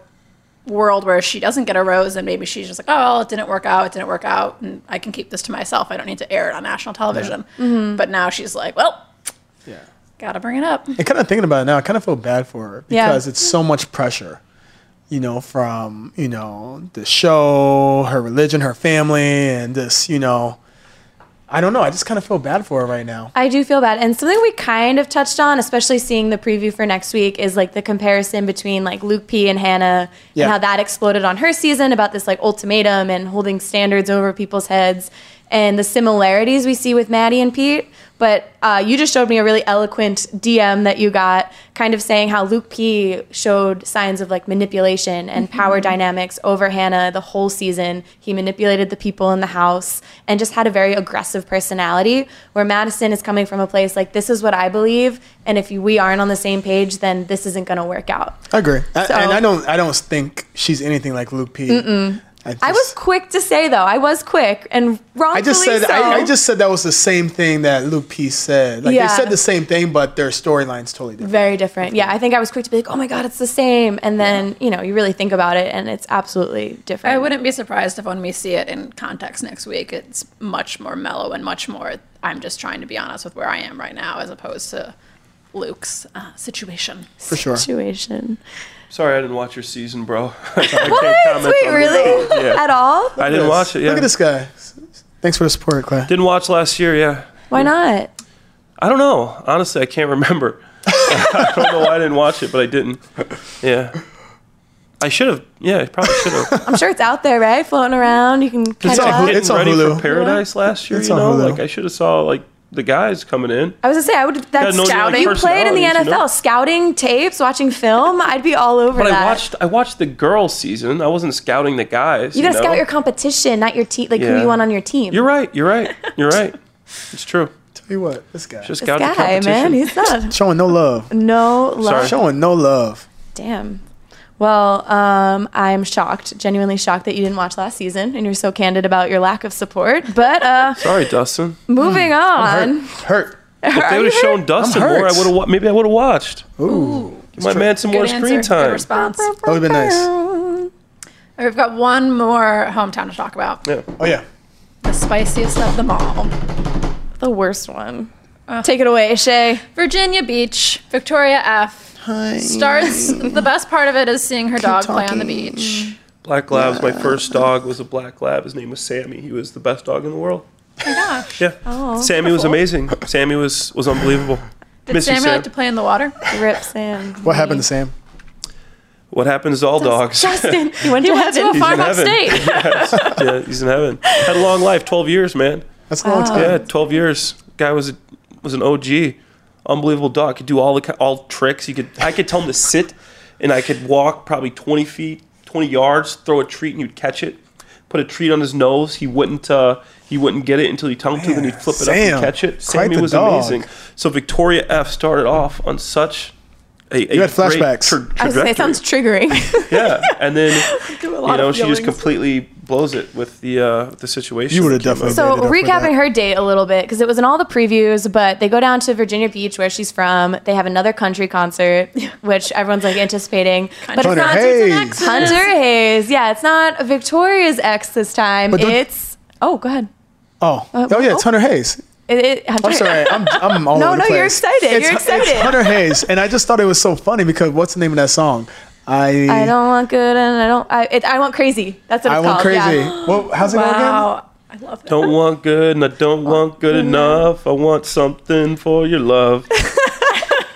D: world where she doesn't get a rose and maybe she's just like oh well, it didn't work out it didn't work out and i can keep this to myself i don't need to air it on national television but now she's like well
A: yeah.
D: gotta bring it up
A: And kind of thinking about it now, I kind of feel bad for her
C: Yeah.
A: because it's so much pressure, you know, from you know the show, her religion, her family, and this, you know. I don't know. I just kind of feel bad for her right now.
C: I do feel bad. And something we kind of touched on, especially seeing the preview for next week, is like the comparison between like Luke P and Hannah
A: Yeah.
C: and how that exploded on her season about this like ultimatum and holding standards over people's heads and the similarities we see with Maddie and Pete. But uh, you just showed me a really eloquent DM that you got, kind of saying how Luke P showed signs of like manipulation and power dynamics over Hannah the whole season. He manipulated the people in the house and just had a very aggressive personality. Where Madison is coming from a place like, this is what I believe, and if we aren't on the same page, then this isn't going to work out.
A: I agree, I,
C: So-
A: and I don't. I don't think she's anything like Luke P. I
C: I was
A: just-
C: quick to say though, I was quick and
A: I
C: wrongfully
A: just said
C: so.
A: I, I just said that was the same thing that Luke P said. Like
C: Yeah.
A: they said the same thing, but their storyline's totally different.
C: very different. Yeah, I think I was quick to be like, oh my god, it's the same, and then you know you really think about it, and it's absolutely different.
D: I wouldn't be surprised if when we see it in context next week, it's much more mellow and much more. I'm just trying to be honest with where I am right now, as opposed to Luke's uh, situation.
A: for sure.
C: situation.
B: Sorry, I didn't watch your season, bro. I
C: What?
B: can't comment
C: Wait,
B: on this.
C: really?
B: Yeah.
C: At all?
B: I didn't
A: Yes.
B: watch it. Yeah.
A: Look at this guy. Thanks for the support, Clay.
B: Didn't watch last year. Yeah.
C: Why not?
B: I don't know. Honestly, I can't remember. I don't know why I didn't watch it, but I didn't. Yeah. I should have. Yeah, I probably should have.
C: I'm sure it's out there, right? Floating around. You can catch
A: It's on
C: up.
A: Hulu.
B: Getting
A: Uh, It's on
B: ready
A: Hulu.
B: for Paradise last year.
A: It's
B: you
A: on
B: know,
A: Hulu.
B: like I should have saw like the guys coming in.
C: I was gonna say I would. That's
B: know your, like,
C: scouting. You played in the NFL,
B: personalities, you know?
C: scouting tapes, watching film. I'd be all over
B: But
C: that.
B: I watched. I watched the girls season. I wasn't scouting the guys.
C: you gotta
B: know?
C: scout your competition, not your team. Like who
B: Yeah.
C: you want on your team.
B: You're right. You're right. You're right. It's true.
A: Tell you what, this guy
B: Just
C: this
B: got the
C: guy,
B: competition.
C: man. He's not.
A: showing no love.
C: No love.
B: Sorry.
A: Showing no love.
C: Damn. Well, um, I'm shocked, genuinely shocked that you didn't watch last season and you're so candid about your lack of support. But uh,
B: Sorry, Dustin.
C: moving on.
A: Hurt.
B: If they
C: Are
B: would have
C: you
B: shown Dustin
A: hurt.
B: more, I would have. Wa- maybe I would have watched.
A: Ooh.
B: Give my man some more
D: Good
B: screen
D: answer, Good
B: time.
D: response. All
A: That would have been nice.
D: right, we've got one more hometown to talk about.
B: Yeah.
A: Oh yeah.
D: The spiciest of them all.
C: The worst one. Take it away, Shay.
D: Virginia Beach, Victoria F. Starts. the best part of it is seeing her dog play on the
A: talking.
D: beach.
B: Black Lab's my first dog was a black lab. His name was Sammy. He was the best dog in the world. Yeah. Sammy was amazing. Sammy was was unbelievable.
D: Oh, Did
B: Miss you,
D: Sammy
B: Sam.
D: like to play in the water?
C: Rip Sam.
A: What happened to Sam?
B: What happens to all dogs?
C: Justin, he went to
D: To a
C: heaven.
D: farm
B: heaven.
D: upstate.
B: Yes. yeah, he's in heaven. Had a long life, twelve years, man.
A: That's a
C: Uh,
A: long time.
B: Yeah, twelve years. Guy was a, was an OG, unbelievable dog. Could do all the ki- all tricks. He could. I could tell him to sit, and I could walk probably twenty feet, twenty yards, throw a treat, and he'd catch it. Put a treat on his nose. He wouldn't. Uh, he wouldn't get it until he tongue tooth, and he'd flip it up
A: Sam,
B: and catch it.
A: quite
B: Sammy
A: the
B: was
A: dog.
B: amazing. So Victoria F started off on such. A, a
A: You had
B: great
A: flashbacks.
B: tra-
C: I was gonna say, it sounds
B: trajectory.
C: triggering.
B: yeah, and then
D: Do a
B: you
D: lot
B: know
D: of
B: she just
D: feelings.
B: completely blows it with the uh, with the situation.
A: You would have
B: that came
A: definitely.
B: up.
C: so
A: dated her for
C: recapping
A: that.
C: her date a little bit because it was in all the previews, but they go down to Virginia Beach where she's from. They have another country concert, which everyone's like anticipating. But it's
A: Hunter
C: not
A: Hayes.
C: Hunter Hayes. Yeah, it's not Victoria's ex this time.
A: But don't-
C: It's oh, go ahead.
A: Oh. oh yeah, it's Hunter Hayes.
C: It, it, Hunter,
A: I'm sorry. I'm, I'm all
C: uh, No,
A: over the
C: no,
A: place.
C: you're excited.
A: It's,
C: You're excited.
A: It's Hunter Hayes, and I just thought it was so funny because what's the name of that song? I
C: I don't want good and I don't. I, it, I want crazy. That's what it's
A: I
C: called.
A: went crazy.
C: Yeah.
A: Well, how's it go again?
D: Wow. I love that.
B: Don't want good and I don't want good enough. I want something for your love.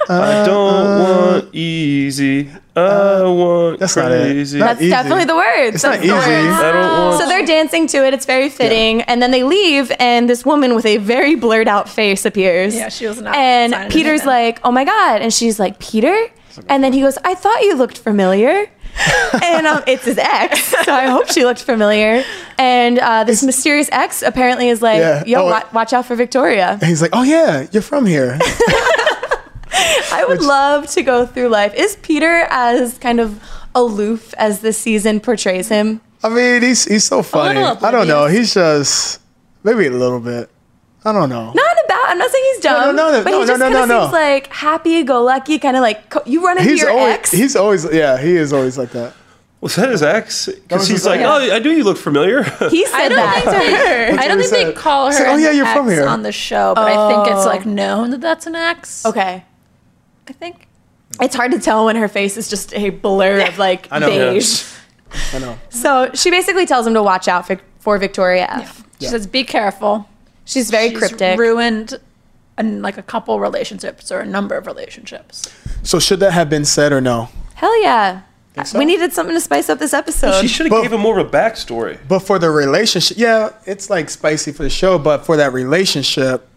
B: I don't want easy. I want
A: Uh, that's not it.
B: crazy.
A: Not
C: That's
A: easy.
C: definitely the words.
A: It's
C: That's
A: not
C: the
A: easy.
C: words.
B: I don't want.
C: So they're dancing to it. It's very fitting. And then they leave, and this woman with a very blurred out face appears.
D: Yeah, she was not signing
C: And
D: it
C: Peter's
D: in.
C: like, "Oh my god!" And she's like, "Peter." And then he goes, "I thought you looked familiar." and um, it's his ex, so I hope she looked familiar. And uh, this mysterious ex apparently is like,
A: Yeah.
C: "Yo,
A: Oh,
C: wa- watch out for Victoria."
A: And he's like, "Oh yeah, you're from here."
C: I would love to go through life. Is Peter as kind of aloof as this season portrays him?
A: I mean, he's he's so funny.
D: little
A: I don't know. He's just maybe a little bit. I don't know.
C: Not about. I'm not saying he's
A: no,
C: dumb.
A: no, no,
C: but
A: no,
C: he just
A: no, no,
C: kind of
A: no.
C: seems like happy go lucky, kind of like co- you run into
A: he's
C: your
A: always
C: ex.
A: he's always yeah he is always like that.
B: Was that his ex? Because
A: was
B: he's
A: his
B: like,
A: ex.
B: oh, I do. You look familiar.
C: he said
D: I don't
C: that
D: think they, I don't
A: what
D: think
A: he
D: they
A: said.
D: call her
A: Say, "Oh,
D: an
A: yeah, you're from
D: ex
A: here."
D: on the show, but I think it's
C: Oh.
D: like known that that's an ex.
C: Okay.
D: I think.
C: It's hard to tell when her face is just a blur of like
A: I know.
C: beige.
A: I know.
C: So she basically tells him to watch out for, for Victoria F.
D: She
A: Yeah.
D: says, "Be careful."
C: She's very
D: She's
C: cryptic.
D: Ruined, an, like a couple relationships or a number of relationships.
A: So should that have been said or no?
C: Hell yeah.
A: so?
C: We needed something to spice up this episode.
B: she should have
A: But-
B: gave him more of a backstory.
A: But for the relationship, yeah, it's like spicy for the show. But for that relationship,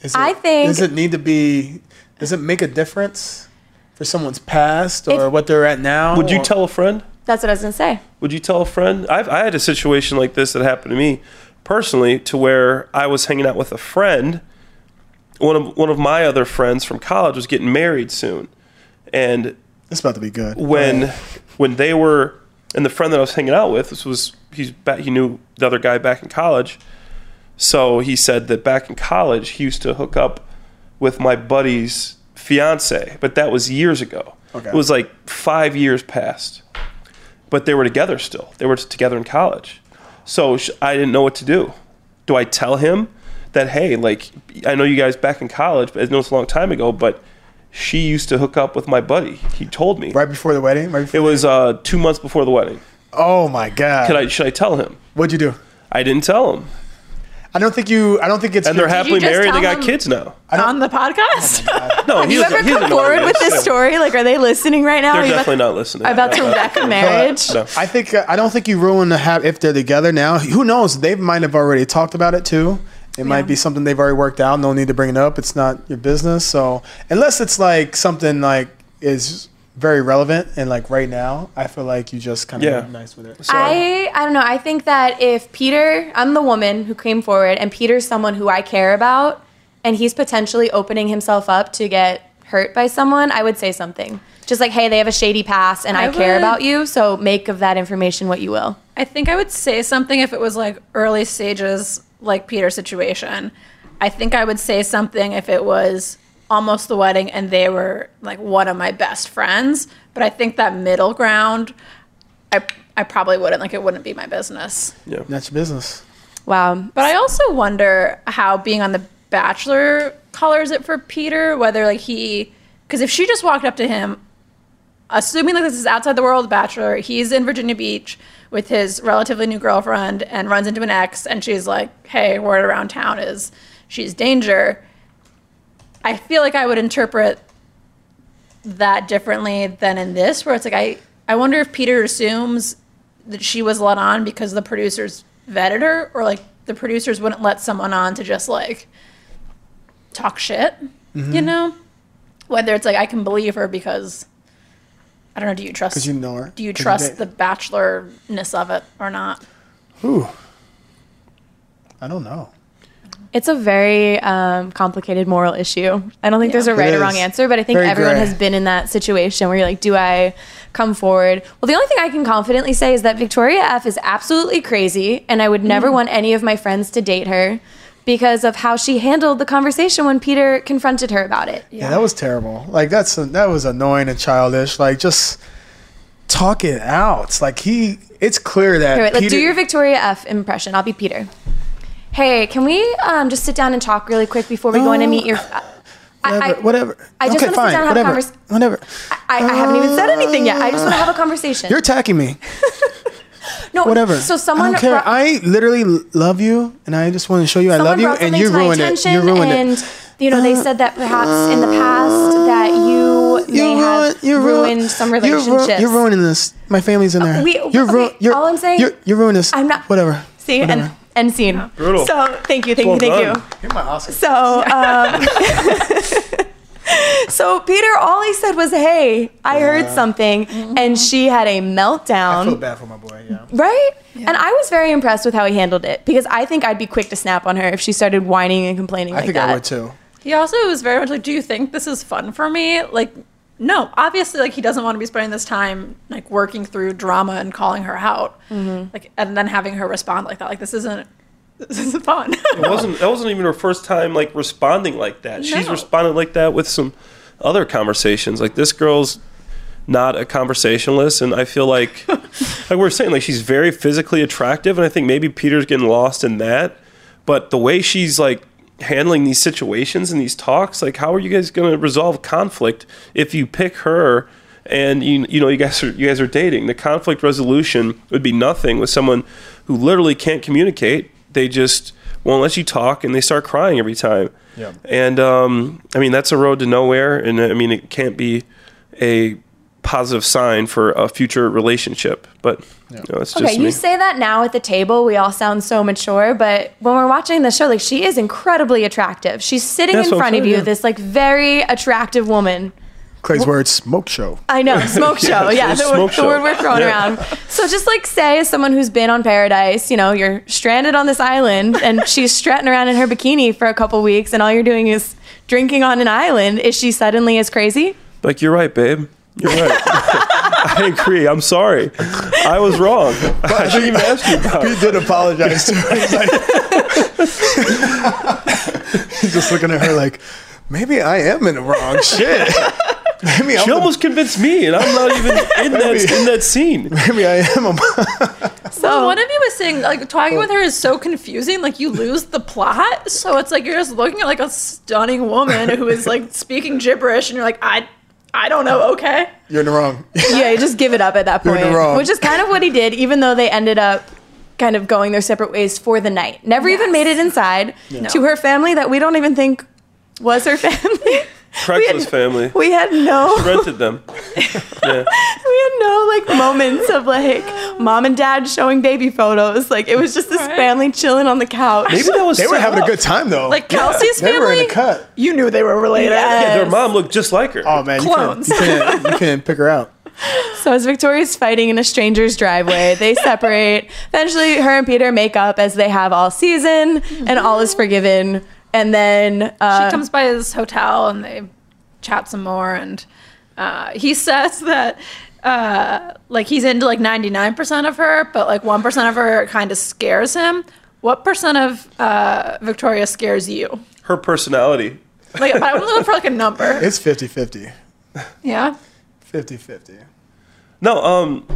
A: is it,
C: I think-
A: does it need to be? Does it make a difference for someone's past or
C: If-
A: what they're at now?
B: Would you
A: or-
B: tell a friend?
C: That's what I was gonna say.
B: Would you tell a friend? I've, I had a situation like this that happened to me personally, to where I was hanging out with a friend. One of one of my other friends from college was getting married soon, and
A: It's about to be good.
B: when when they were and the friend that I was hanging out with, this was he's back, he knew the other guy back in college, so he said that back in college he used to hook up with my buddy's fiance, but that was years ago.
A: Okay.
B: It was like five years past, but they were together still. They were together in college, so sh- I didn't know what to do. Do I tell him that hey, like I know you guys back in college, but I know it's a long time ago, but she used to hook up with my buddy. He told me
A: right before the wedding, right
B: it
A: before.
B: was uh, two months before the wedding.
A: oh my god!
B: Could I should I tell him?
A: What'd you do?
B: I didn't tell him,
A: I don't think you. I don't think it's.
B: and they're
A: your-
B: happily
D: just
B: married. They
D: tell
B: got
D: him?
B: kids now.
D: On the podcast,
B: No,
C: Have you ever come forward with this story? Like, are they listening right now?
B: They're
C: Are you
B: definitely not listening.
C: about to
B: No,
C: wreck a marriage?
B: no.
A: I think uh, I don't think you ruin the hab if they're together now. Who knows? They might have already talked about it too. It might be something they've already worked out. No need to bring it up. It's not your business. So unless it's like something like is very relevant and like right now, I feel like you just kind of
B: Yeah.
A: nice with it.
B: So,
C: I I don't know. I think that if Peter, I'm the woman who came forward, and Peter's someone who I care about, and he's potentially opening himself up to get hurt by someone, I would say something. Just like, hey, they have a shady past, and I,
D: I
C: care
D: would-
C: about you, so make of that information what you will.
D: I think I would say something if it was like early stages, like Peter's situation. I think I would say something if it was almost the wedding and they were like one of my best friends. But I think that middle ground, I I probably wouldn't like it wouldn't be my business.
B: yeah.
A: That's your business.
C: Wow.
D: But I also wonder how being on the Bachelor colors it for Peter, whether like he, because if she just walked up to him, assuming like this is outside the world Bachelor, he's in Virginia Beach with his relatively new girlfriend and runs into an ex, and she's like, "Hey, word around town is she's danger." I feel like I would interpret that differently than in this, where it's like I I wonder if Peter assumes that she was let on because the producers vetted her, or like the producers wouldn't let someone on to just like talk shit, you
A: Mm-hmm.
D: know? Whether it's like I can believe her because I don't know. Do you trust?
A: Because you know her.
D: Do you
A: 'Cause
D: trust the
A: date-
D: bachelorness of it or not?
A: Ooh. I don't know.
C: It's a very um, complicated moral issue. I don't think there's a
D: It
C: right or wrong
A: is.
C: answer, but I think
A: Very
C: everyone
A: gray.
C: has been in that situation where you're like, do I come forward? Well, the only thing I can confidently say is that Victoria F is absolutely crazy, and I would never want any of my friends to date her because of how she handled the conversation when Peter confronted her about it.
A: Yeah, that was terrible. Like that's that was annoying and childish. Like just talk it out. Like he, it's clear that
C: Here, wait, let's do
A: Peter-
C: your Victoria F impression. I'll be Peter. Hey, can we um, just sit down and talk really quick before we go in and meet your? I-
A: Uh, whatever.
C: I-
A: whatever.
C: I just wanna sit down and have a
A: whatever,
C: convers-
A: Whatever. Uh,
C: I, I haven't even said anything yet. I just want to have a conversation.
A: You're attacking me.
C: No,
A: whatever.
C: Oh, So someone
A: I don't care.
C: brought-
A: I literally l- love you, and I just want to show you I
C: someone
A: love you,
C: brought
A: and
C: something
A: you
C: to my
A: ruined it. You
C: attention,
A: ruined
C: and,
A: it.
C: You know, they
A: Uh,
C: said that perhaps in the past that you,
A: You
C: may
A: ruined.
C: have
A: You ruined,
C: ruined some
A: you ruined-
C: relationships. Uh,
A: You're ruining this. My family's in there.
C: we-
A: you're ru-
C: okay,
A: you're-
C: all I'm saying-
A: You're, you're ruining this.
C: I'm not-
A: Whatever.
C: See, and
A: Whatever.
C: end scene.
B: Brutal.
C: So thank you, thank
B: Well
C: you, thank
B: done.
C: you. So, um, so Peter, all he said was, "Hey, I heard something," and she had a meltdown.
A: bad for my boy. Yeah.
C: Right? And I was very impressed with how he handled it because I think I'd be quick to snap on her if she started whining and complaining
A: I
C: like
A: think
C: that.
A: I would too.
D: He also was very much like, "Do you think this is fun for me?" Like, no, obviously, like he doesn't want to be spending this time like working through drama and calling her out, like, and then having her respond like that. Like, this isn't this isn't fun.
B: It wasn't that wasn't even her first time like responding like that. She's
D: No.
B: responded like that with some other conversations. Like this girl's not a conversationalist and I feel like like we we're saying like she's very physically attractive and I think maybe Peter's getting lost in that. But the way she's like handling these situations and these talks, like how are you guys going to resolve conflict if you pick her and you you know you guys are you guys are dating? The conflict resolution would be nothing with someone who literally can't communicate. They just won't let you talk and they start crying every time.
A: Yeah.
B: And um, I mean that's a road to nowhere and I mean it can't be a positive sign for a future relationship. But you know, it's just
C: Okay,
B: me.
C: you say that now at the table, we all sound so mature, but when we're watching the show, like she is incredibly attractive. She's sitting
B: That's
C: in
B: what I'm
C: front of
B: saying,
C: you,
B: yeah.
C: this like very attractive woman.
A: Clay's words, smoke show.
C: I know, smoke show. Yeah,
B: it's
C: the,
B: a
C: word,
B: smoke
C: the
B: show.
C: word we're throwing
B: Yeah.
C: around. So just like say, as someone who's been on Paradise, you know, you're stranded on this island and she's strutting around in her bikini for a couple weeks, and all you're doing is drinking on an island. Is she suddenly as crazy?
B: Like, you're right, babe. You're right. I agree. I'm sorry. I was wrong. I shouldn't even ask you about it.
A: He did apologize to her. He's, like, he's just looking at her like, maybe I am in the wrong shit. Maybe I'm
B: She
A: the-
B: almost convinced me, and I'm not even in that in that scene.
A: maybe I am. A,
C: So
D: One of you was saying like talking with her is so confusing. Like you lose the plot, so it's like you're just looking at like a stunning woman who is like speaking gibberish, and you're like, I, I don't know. Okay,
A: you're in the wrong.
C: yeah, you just give it up at that
A: You're
C: point,
A: in the wrong.
C: which is kind of what he did. Even though they ended up kind of going their separate ways for the night, never even made it inside to her family that we don't even think was her family. We had-
B: Craigslist family
C: We had no.
B: rented them.
C: We had no like moments of like mom and dad showing baby photos. Like it was just this
D: Right.
C: family chilling on the couch.
B: Maybe that was
A: They were
B: set
A: having a
B: up.
A: good time though.
D: like Kelsey's
A: they
D: family.
A: were in a cut.
D: You knew they were related.
B: Yeah, their mom looked just like her.
A: Oh man, you couldn't,
D: Clones.
A: you, couldn't, you couldn't pick her out.
C: So as Victoria's fighting in a stranger's driveway, they separate. Eventually, her and Peter make up as they have all season, and all is forgiven. And then uh,
D: she comes by his hotel and they chat some more and uh, he says that uh, like he's into like 99% of her but like 1% of her kind of scares him what percent of uh, victoria scares you
B: Her personality.
D: like but i'm looking for like a number
A: It's 50-50.
D: yeah
A: 50-50.
B: No, um,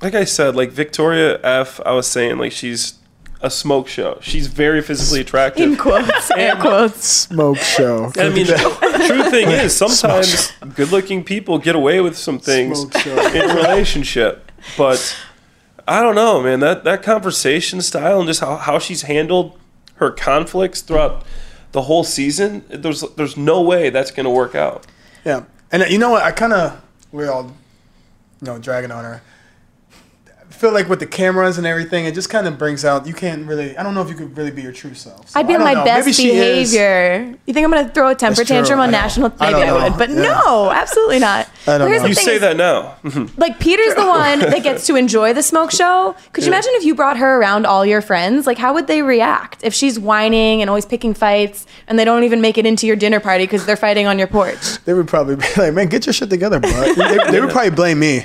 B: like I said, like Victoria F. I was saying, like she's a smoke show. She's very physically attractive.
C: in quotes, air quotes.
A: Smoke show.
B: I mean, the true thing is sometimes good-looking people get away with some things
A: Smoke show.
B: in a relationship, but I don't know, man. That that conversation style and just how, how she's handled her conflicts throughout the whole season, there's there's no way that's going to work out.
A: Yeah, and uh, you know what? I kind of we're all, you know, dragging on her. I feel like with the cameras and everything, it just kind of brings out you can't really. I don't know if you could really be your true self. So
C: I'd be
A: I
C: on
A: don't
C: my
A: know.
C: best
A: Maybe she is.
C: behavior. You think I'm gonna throw a temper
A: That's true.
C: tantrum on
A: I don't-
C: national?
A: I
C: Maybe
A: don't
C: I, would,
A: know.
C: but
A: Yeah.
C: no, absolutely not.
A: I don't
C: Here's
A: know.
C: the
B: You
C: thing
B: say
C: is-
B: that now.
C: Like Peter's the one that gets to enjoy the smoke show. Could you imagine if you brought her around all your friends? Like how would they react if she's whining and always picking fights and they don't even make it into your dinner party because they're fighting on your porch?
A: They would probably be like, "Man, get your shit together, bud." they, they would probably blame me.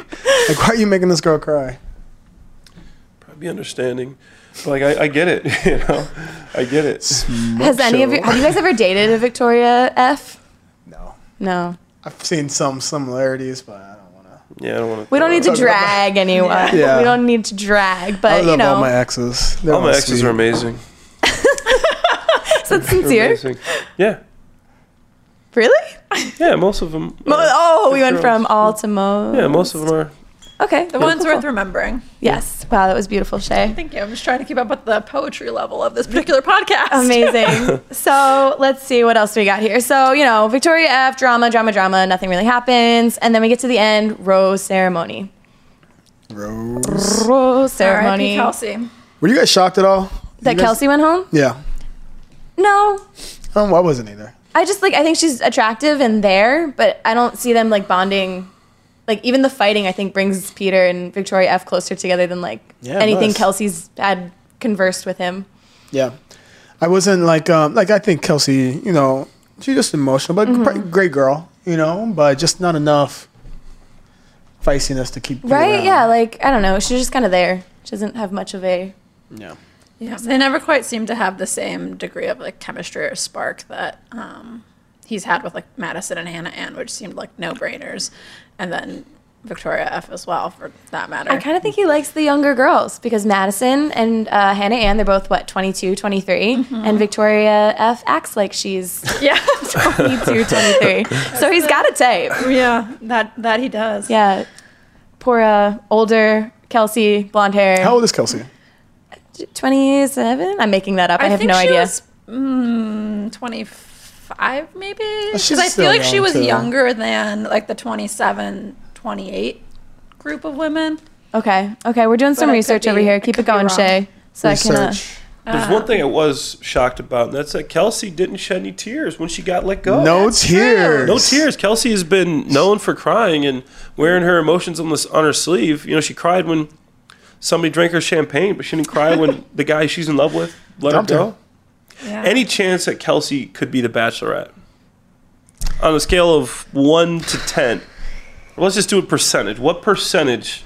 A: Like, why are you making this girl cry?
B: I'd be understanding. But like I, I get it, you know. I get it.
C: Has any of you
A: show.
C: have you guys ever dated a Victoria F?
A: No,
C: No.
A: I've seen some similarities, but I don't want to.
B: Yeah, I don't want to.
C: We don't need to
A: Talk about-
C: drag anyone.
A: Yeah.
C: We don't need to drag,
A: I
C: but
A: love
C: you
A: all my
C: know,
A: exes. They're
B: All my exes
A: sweet.
B: are amazing.
C: so it's
B: They're
C: sincere.
B: amazing. Yeah,
C: Really?
B: yeah. Most of them.
C: Mo- oh, we went
B: girls.
C: from all to mo.
B: Yeah, most of them are
C: Okay.
D: The one's worth remembering.
C: Yes. Wow, that was beautiful, Shay.
D: Thank you. I'm just trying to keep up with the poetry level of this particular podcast.
C: Amazing. so let's see what else we got here. So, you know, Victoria F, drama, drama, drama, nothing really happens. And then we get to the end, rose ceremony.
A: Rose.
C: Rose
D: R.I.P.
C: ceremony.
D: Kelsey.
A: Were you guys shocked at all?
C: That
A: You guys-
C: Kelsey went home?
A: Yeah.
C: No.
A: Um, I wasn't either.
C: I just like I think she's attractive and there, but I don't see them like bonding. Like even the fighting, I think brings Peter and Victoria F closer together than like
A: Yeah, it
C: anything
A: does.
C: Kelsey's had conversed with him.
A: Yeah. I wasn't like um like I think Kelsey, you know, she's just emotional, but
C: Mm-hmm.
A: pr- great girl, you know, but just not enough feistiness to keep you
C: Right?
A: around.
C: Yeah. Like I don't know. She's just kind of there. She doesn't have much of a.
A: Yeah.
D: Yeah, they never quite seem to have the same degree of like chemistry or spark that um, he's had with like Madison and Hannah Ann, which seemed like no brainers, and then Victoria F as well for that matter.
C: I kind of think he likes the younger girls because Madison and uh, Hannah Ann, they're both what 22, 23,
D: Mm-hmm.
C: and Victoria F acts like she's
D: yeah,
C: 22, 23. so he's got a type.
D: yeah, that that he does.
C: Yeah. Poor uh, older Kelsey, blonde hair.
A: How old is Kelsey?
C: 27 i'm making that up i, have
D: think
C: no
D: she
C: idea
D: Was, mm, 25 maybe? Because
A: she's
D: I
A: still
D: feel like she
A: young,
D: was
A: too.
D: younger than like the 27, 28 group of women.
C: okay okay we're doing some
D: I could
C: research over
D: be-
C: here
D: I
C: keep
D: could
C: it
D: be
C: going
D: wrong.
C: shay so i can uh,
A: Research.
B: There's one thing I was shocked about, and that's that Kelsey didn't shed any tears when she got let
C: Oh,
B: go.
A: no
D: that's
A: tears.
B: No tears. Kelsey has been known for crying and wearing her emotions on, this, on her sleeve. You know, she cried when somebody drank her champagne, but she didn't cry when the guy she's in love with let
A: Dumped
B: her
A: her.
B: go.
D: Yeah.
B: Any chance that Kelsey could be the Bachelorette? On a scale of one to ten, let's just do a percentage. What percentage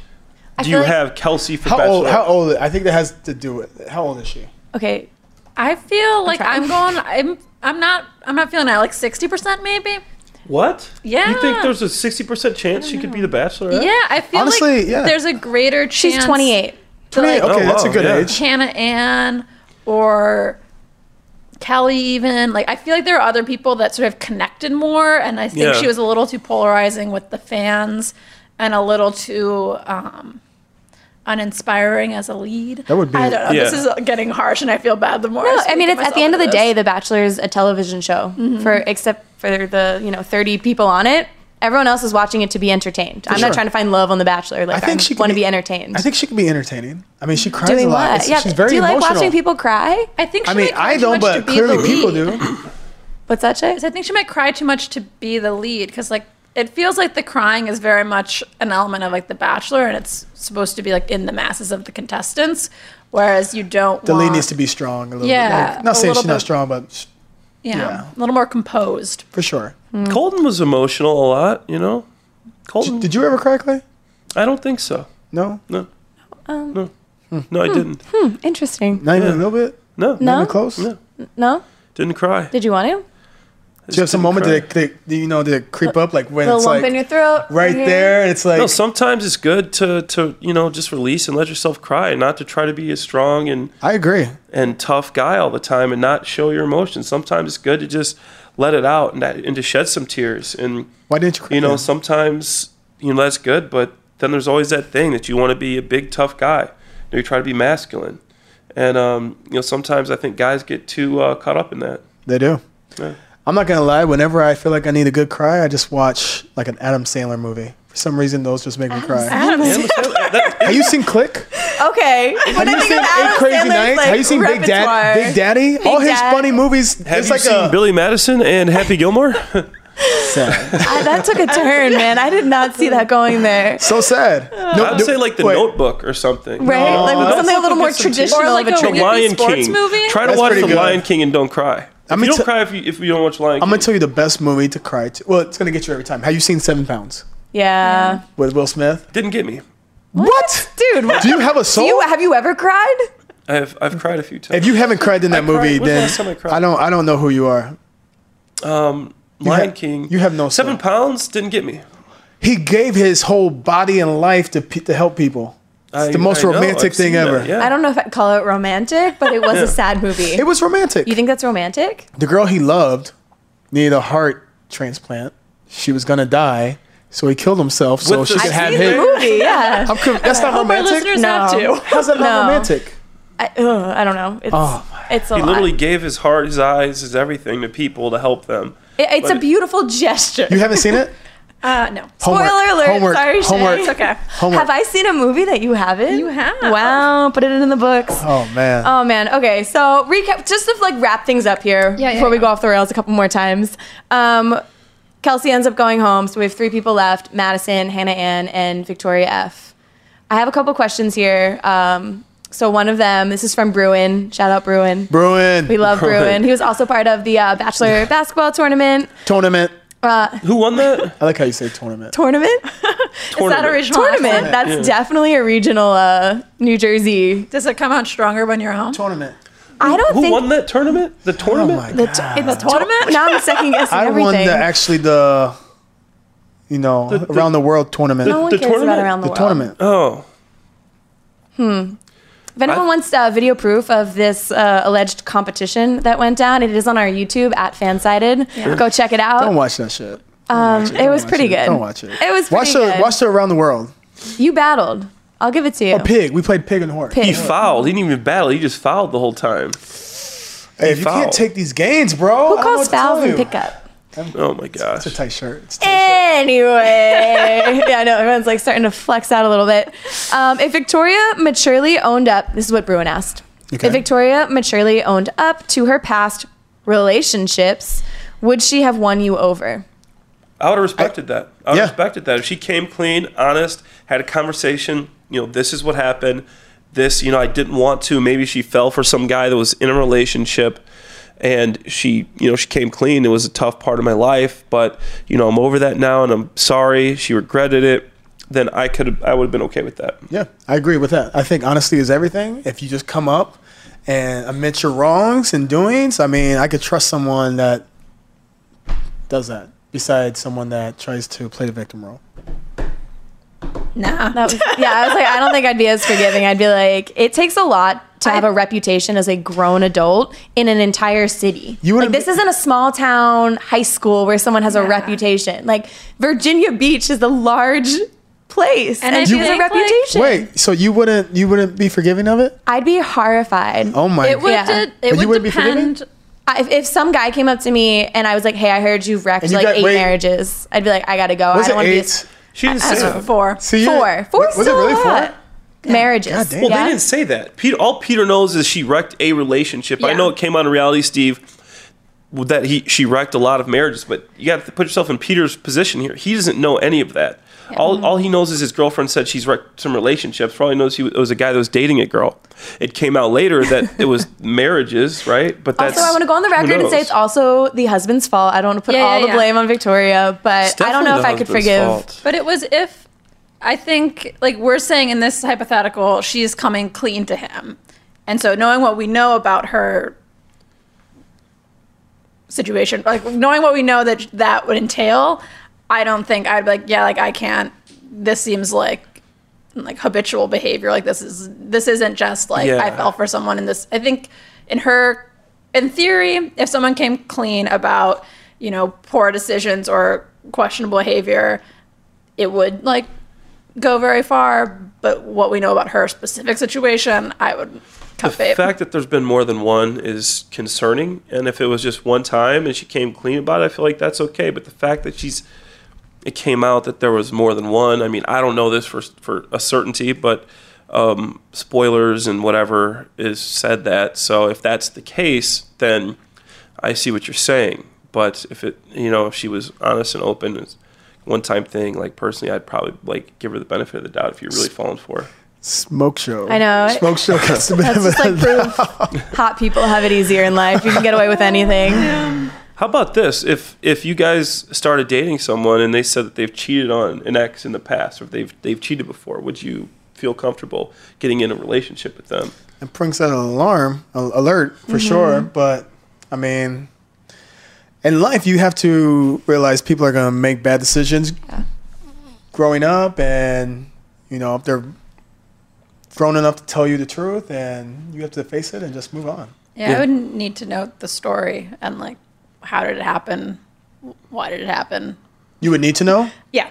C: I
B: do
C: feel
B: you
C: like-
B: have Kelsey for
A: How
B: Bachelorette?
A: old? How old? I think that has to do with how old is she?
C: okay
D: I feel like
C: trying.
D: I'm, going. I'm. I'm not. I'm not feeling that. Like sixty percent, maybe.
B: What?
D: Yeah.
B: You think there's a sixty percent chance she could be the Bachelorette?
D: Yeah, I feel like
A: Honestly, yeah.
D: there's a greater chance.
C: she's 28
D: that,
A: okay,
D: like,
B: Oh,
A: that's a
B: wow,
A: good
B: yeah.
A: age.
D: Hannah Ann or Kelly, even like I feel like there are other people that sort of connected more, and I think
B: Yeah.
D: she was a little too polarizing with the fans and a little too um, uninspiring as a lead.
A: That would be-
D: I don't know. This
B: Yeah.
D: is getting harsh, and I feel bad the more.
C: no i
D: speak
C: mean
D: to
C: it's at
D: myself
C: the end of
D: into
C: the
D: this.
C: day the bachelor is a television show for except for the you know 30 people on it everyone else is watching it to be entertained i'm
A: sure.
C: not trying to find love on the bachelor like i,
A: she could
C: want to be, entertained
A: I think she could be entertaining. I mean, she cries
C: doing
A: a lot.
C: what
A: It's-
C: yeah
A: she's very
C: do you like
A: emotional.
C: watching people cry
D: I think. She
A: I mean,
D: might cry
A: I
D: too
A: don't,
D: much to
A: but
D: be the
A: clearly people
D: lead.
A: do.
C: what's that shay
D: So I think she might cry too much to be the lead because like it feels like the crying is very much an element of like The Bachelor and it's supposed to be like in the masses of the contestants, whereas you don't.
A: The lead
D: want-
A: needs to be strong a little
D: Yeah,
A: bit. Like, not
D: a
A: saying
D: little
A: she's not
D: bit.
A: strong, but sh-
D: you know,
A: yeah.
D: a little more composed.
A: for sure.
B: Colton was emotional a lot, you know? Colton,
A: Did you ever cry, Clay?
B: I don't think so.
A: No,
B: No. no. No, I didn't.
C: interesting
A: not even
B: Yeah.
A: a little bit.
B: No.
A: Not
C: No?
A: even close.
B: No.
C: no
B: Didn't cry.
C: did you want to
A: Do you have some moment that, it, that you know that it creep up, like when
C: the
A: it's
C: lump
A: like
C: in your throat
A: right
C: here?
A: there, and it's like
B: No, sometimes it's good to, to, you know, just release and let yourself cry and not to try to be a strong and,
A: I agree.
B: and tough guy all the time and not show your emotions. Sometimes it's good to just let it out and, that, and to shed some tears. And,
A: Why didn't you cry?
B: you know,
A: then?
B: sometimes, you know, that's good, but then there's always that thing that you want to be a big, tough guy. You, know, you try to be masculine. And, um, you know, sometimes I think guys get too uh, caught up in that.
A: they do.
B: Yeah.
A: I'm not gonna lie. Whenever I feel like I need a good cry, I just watch like an Adam Sandler movie. For some reason, those just make me cry.
B: And that-
A: Have you seen Click?
C: Okay. When
A: Have
C: I
A: you
C: think
A: seen
C: of Adam
A: Eight Crazy
C: Sandler's,
A: Nights?
C: like,
A: Have you seen Big,
C: repertoire-
A: Dad- Big Daddy? All his
C: Dad.
A: funny movies.
B: Have
A: it's
B: you
A: like
B: seen
A: a
B: Billy Madison and Happy Gilmore?
A: sad.
C: I- Ah, that took a turn, man. I did not see that going there.
A: so sad. No,
B: I would
A: no-
B: say like the
A: wait.
B: Notebook or something.
C: Right? like
B: that's
C: something a little more
B: fucking some tea.
C: traditional
D: Or like
C: of a
D: a
B: The
C: trick.
D: Would it be
B: Lion
D: sports
B: King.
D: movie?
B: Try to
A: That's
B: watch The
A: pretty good.
B: Lion King and don't cry. If
A: I'm
B: you
A: gonna
B: don't
A: t-
B: cry if you, if you don't watch Lion
A: I'm
B: King.
A: gonna tell you the best movie to cry to. Well, it's gonna get you every time. Have you seen Seven Pounds
C: Yeah.
A: with Will Smith?
B: Didn't get me.
A: What,
C: Dude, what-
A: Do you have a
C: do
A: soul?
C: you, have you ever cried?
B: I've I've cried a few times.
A: if you haven't cried in that
B: cried-
A: movie,
B: when's the
A: then
B: last time I cried?
A: I don't. I don't know who you are.
B: Lion
A: have-
B: King.
A: you have no
B: seven
A: soul.
B: pounds. Didn't get me.
A: He gave his whole body and life to pe- to help people. It's
B: I-
A: the most
B: I know,
A: romantic
B: I've
A: thing
B: seen that,
A: ever.
B: yeah.
C: I don't know if I'd call it romantic, but it was a sad movie.
A: It was romantic.
C: you think that's romantic?
A: the girl he loved needed a heart transplant. She was gonna die. so he killed himself so
B: With
A: she
B: the
A: could
B: I've
A: have
B: seen
A: him.
B: the
C: movie, yeah.
A: I'm con- that's not
D: hope our
A: romantic.
D: listeners have
C: No.
D: to.
A: How's that not
C: No.
A: romantic?
C: I, ugh, I don't know. It's
A: Oh, my.
C: it's a
B: He
C: lot.
B: literally gave his heart, his eyes, his everything to people to help them.
C: It- it's
B: But
C: a beautiful gesture.
A: You haven't seen it?
D: Uh, no.
A: Homework.
C: Spoiler alert.
A: Homework.
C: Sorry, Shay.
A: Homework.
D: It's okay.
A: Homework.
C: Have I seen a movie that you haven't?
D: You have.
C: Wow, put it in the books.
A: oh man.
C: Oh man. Okay. So recap, just to like wrap things up here
D: Yeah, yeah,
C: before we
D: yeah.
C: go off the rails a couple more times. Um, Kelsey ends up going home, so we have three people left: Madison, Hannah Ann, and Victoria F. I have a couple questions here. Um, so one of them, this is from Bruin. Shout out Bruin.
A: Bruin
C: We love
B: Bruin.
C: Bruin. He was also part of the uh, Bachelor basketball tournament. Uh,
A: tournament.
B: Who won that?
A: I like how you say tournament.
C: Tournament?
B: Tournament.
D: Not original.
C: tournament. That's definitely a regional uh, New Jersey.
D: Does it come out stronger when you're home?
A: tournament.
C: I don't
B: Who
C: think
B: won that tournament? The
A: Oh
B: tournament?
A: my
C: the
A: god.
C: t- it's tournament. Now I'm second guessing
A: I
C: everything.
A: won the actually the you know
B: The- the-
A: around the world tournament.
C: No one
B: The
C: cares about
B: tournament?
C: around the,
A: the
C: world.
A: tournament.
B: oh.
C: If anyone
B: I-
C: wants uh, video proof of this uh, alleged competition that went down, it is on our YouTube at Fansided. Go check it out.
A: Don't watch that shit. Don't
C: Um,
A: watch
C: it was
A: watch
C: pretty
A: it.
C: good.
A: Don't watch it.
C: It was
A: watch
C: pretty
A: the
C: good.
A: watch the around the world.
C: You battled. I'll give it to you.
A: A pig. We played pig and horse.
C: Pig.
B: He fouled. He didn't even battle. He just fouled the whole time.
A: Hey, if you
B: Foul.
A: can't take these gains, bro.
C: Who calls fouls and pickup?
B: Oh my gosh.
A: It's a tight shirt. It's a tight shirt.
C: Anyway, yeah, I know everyone's like starting to flex out a little bit. Um, if Victoria maturely owned up, this is what Bruin asked.
A: Okay.
C: If Victoria maturely owned up to her past relationships, would she have won you over?
B: I would have respected that. I would
A: Yeah.
B: have respected that. If she came clean, honest, had a conversation, you know, this is what happened. This, you know, I didn't want to. Maybe she fell for some guy that was in a relationship and she, you know, she came clean. It was a tough part of my life, but, you know, I'm over that now and I'm sorry. She regretted it. Then I could have, I would have been okay with that.
A: Yeah, I agree with that. I think honesty is everything. If you just come up and admit your wrongs and doings, I mean, I could trust someone that does that. Besides someone that tries to play the victim role.
D: Nah.
C: That was, yeah, I was like, I don't think I'd be as forgiving. I'd be like, it takes a lot to have a reputation as a grown adult in an entire city.
A: You
C: like,
A: wouldn't
C: this
A: be-
C: isn't a small town high school where someone has a
D: Yeah.
C: reputation. Like, Virginia Beach is a large place and,
D: And I
C: she
D: do
C: has a
D: think, like-
C: reputation.
A: Wait, so you wouldn't you wouldn't be forgiving of it?
C: I'd be horrified.
A: Oh my
D: It would,
C: Yeah.
D: de-
A: But
D: it
A: you
D: would
A: wouldn't be forgiving?
D: depend.
C: I, if, if some guy came up to me and I was like, hey, I heard you wrecked
A: And you
C: like
A: got-
C: eight
A: wait.
C: marriages, I'd be like, I gotta go. I
A: Was
C: don't
A: it
C: wanna be. a-
A: eight?
B: She didn't say
D: I don't know,
B: that.
D: four.
A: See, you-
C: Four. Four's
A: Was it
C: still
A: really
C: a lot.
A: four?
C: Marriages.
A: God damn.
B: Well,
C: yeah?
B: they didn't say that. Peter, all Peter knows is she wrecked a relationship. I
D: Yeah.
B: know it came on reality, Steve, that he she wrecked a lot of marriages. But you got to put yourself in Peter's position here. He doesn't know any of that. All, all he knows is his girlfriend said she's wrecked some relationships. Probably knows he was, it was a guy that was dating a girl. It came out later that it was marriages, right? But that's
C: Also, I want to go on the
B: who
C: record and say
B: knows?
C: it's also the husband's fault. I don't want to put
D: Yeah,
C: all
D: yeah,
C: the
D: yeah.
C: blame on Victoria, but
B: It's
C: I don't
B: definitely
C: know if
B: the
C: I could
B: husband's
C: forgive.
B: fault.
D: But it was if I think like we're saying in this hypothetical, she's coming clean to him, and so knowing what we know about her situation, like knowing what we know that that would entail, I don't think I'd be like, yeah, like I can't. This seems like like habitual behavior. Like this is this isn't just like
B: Yeah.
D: I fell for someone in this. I think in her, in theory, if someone came clean about you know poor decisions or questionable behavior, it would like go very far. But what we know about her specific situation, I would cut
B: the
D: it.
B: fact that there's been more than one is concerning and if it was just one time and she came clean about it i feel like that's okay but the fact that she's it came out that there was more than one i mean i don't know this for for a certainty but um, spoilers and whatever is said that so if that's the case then i see what you're saying but if it you know if she was honest and open it's one time thing like personally i'd probably like give her the benefit of the doubt if you're really falling for her
A: Smoke show.
C: I know.
A: Smoke show gets the
C: That's
A: benefit
C: just like
A: of the-
C: proof. Hot people have it easier in life. You can get away with anything.
B: How about this? If if you guys started dating someone and they said that they've cheated on an ex in the past, or if they've they've cheated before, would you feel comfortable getting in a relationship with them?
A: It brings out an alarm a- alert for sure, but I mean, in life you have to realize people are going to make bad decisions growing up, and you know if they're grown enough to tell you the truth, and you have to face it and just move on.
D: Yeah,
B: Yeah.
D: I would need to know the story and like how did it happen, why did it happen.
A: You would need to know.
D: Yeah,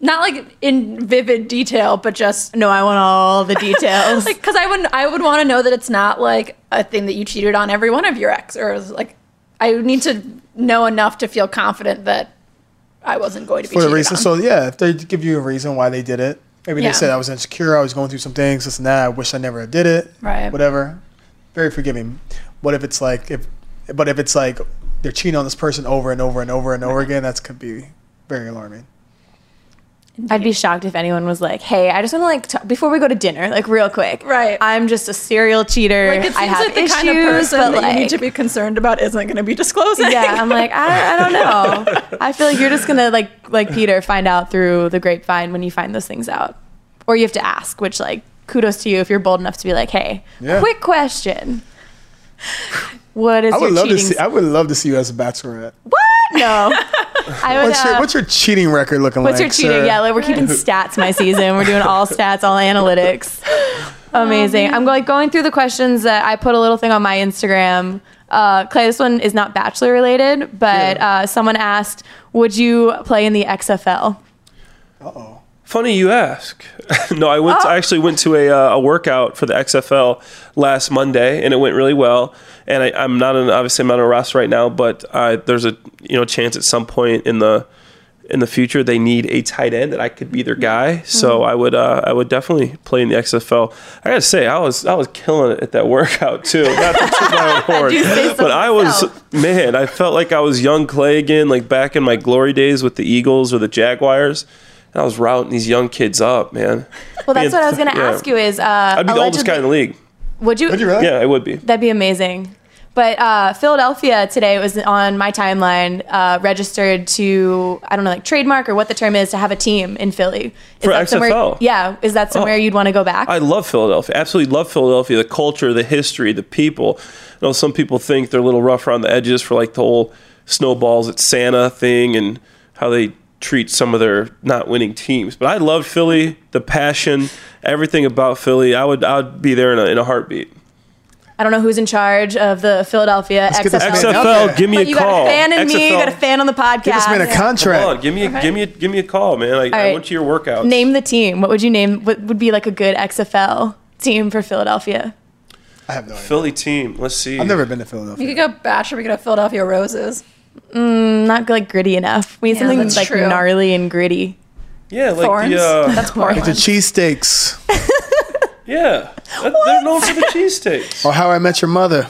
D: not like in vivid detail, but just
E: No, I want all the details.
D: like because I would I would want to know that it's not like a thing that you cheated on every one of your ex or is, like I need to know enough to feel confident that I wasn't going to be
A: for the
D: cheated
A: reason.
D: on.
A: So yeah, if they give you a reason why they did it, maybe
D: Yeah.
A: they said I was insecure, I was going through some things, this and that. I wish I never did it.
D: Right.
A: Whatever. Very forgiving. What if it's like if, but if it's like they're cheating on this person over and over and over and over again, that's could be very alarming.
C: I'd be shocked if anyone was like, "Hey, I just want to like t- before we go to dinner, like real quick.
D: Right.
C: I'm just a serial cheater.
D: like it seems
C: I have
D: like the
C: issues,
D: kind of person
C: but
D: that
C: like,
D: you need to be concerned about isn't going to be disclosing.
C: yeah. I'm like, I, I don't know. I feel like you're just gonna like like Peter find out through the grapevine when you find those things out, or you have to ask. Which like kudos to you if you're bold enough to be like, "Hey,
A: Yeah.
C: quick question. What is
A: I would
C: your
A: love
C: cheating?
A: to see. I would love to see you as a bachelorette.
C: what? No. I would.
A: What's your
C: uh,
A: What's your cheating record looking
C: What's your
A: like?
C: cheating?
A: sir?
C: Yeah, like we're keeping stats my season. We're doing all stats, all analytics. Amazing. I'm like going through the questions that I put a little thing on my Instagram. Uh, Clay, this one is not bachelor related, but uh, someone asked, "Would you play in the XFL?"
B: Funny you ask. no, I went. I actually went to a, uh, a workout for the XFL last Monday, and it went really well. And I, I'm not an obviously I'm not on a roster right now, but uh, there's a you know chance at some point in the in the future they need a tight end that I could be their guy. So I would uh, I would definitely play in the XFL. I gotta say I was I was killing it at that workout too. Not to toot my own horn,
C: say so
B: but I was man. I felt like I was young Clay again, like back in my glory days with the Eagles or the Jaguars. And I was routing these young kids up, man.
C: Well, that's
B: Being-
C: what I was going to
B: yeah.
C: ask you. Is uh,
B: I'd be the oldest guy in the league.
C: Would you?
A: Would you really?
B: Yeah, I would be.
C: That'd be amazing. But uh, Philadelphia today was on my timeline uh, registered to I don't know like trademark or what the term is to have a team in Philly. Is
B: For
C: somewhere?
B: XFL?
C: Yeah, is that somewhere you'd want to go back?
B: Oh. I love Philadelphia. Absolutely love Philadelphia. The culture, the history, the people. I know some people think they're a little rough around the edges for like the whole snowballs at Santa thing and how they treat some of their not winning teams. But I love Philly, the passion, everything about Philly. I would I'd be there in a, in a heartbeat.
C: I don't know who's in charge of the Philadelphia
A: get this
C: XFL.
A: man out
B: XFL,
A: there.
B: give me
C: But
B: a
C: you
B: call.
C: got a fan in me. You
B: XFL,
C: got a fan on the podcast.
A: Give this man a contract.
B: Hold on, give me a give me a, give me a call, man. I, I
C: right.
B: went to your workouts.
C: Name the team. What would you name? What would be like a good XFL team for Philadelphia?
A: I have no idea.
B: Philly team. Let's see.
A: I've never been to
D: We
A: Philadelphia.
D: could go Bash or we could go Philadelphia Roses.
C: Not like gritty enough. We need
D: Yeah,
C: something
D: that's
C: like
D: true.
C: gnarly and gritty.
B: yeah, like
D: Thorns.
B: the uh,
D: That's Portland.
A: The cheesesteaks,
B: yeah. That- They're known for the cheesesteaks.
A: or How I Met Your Mother.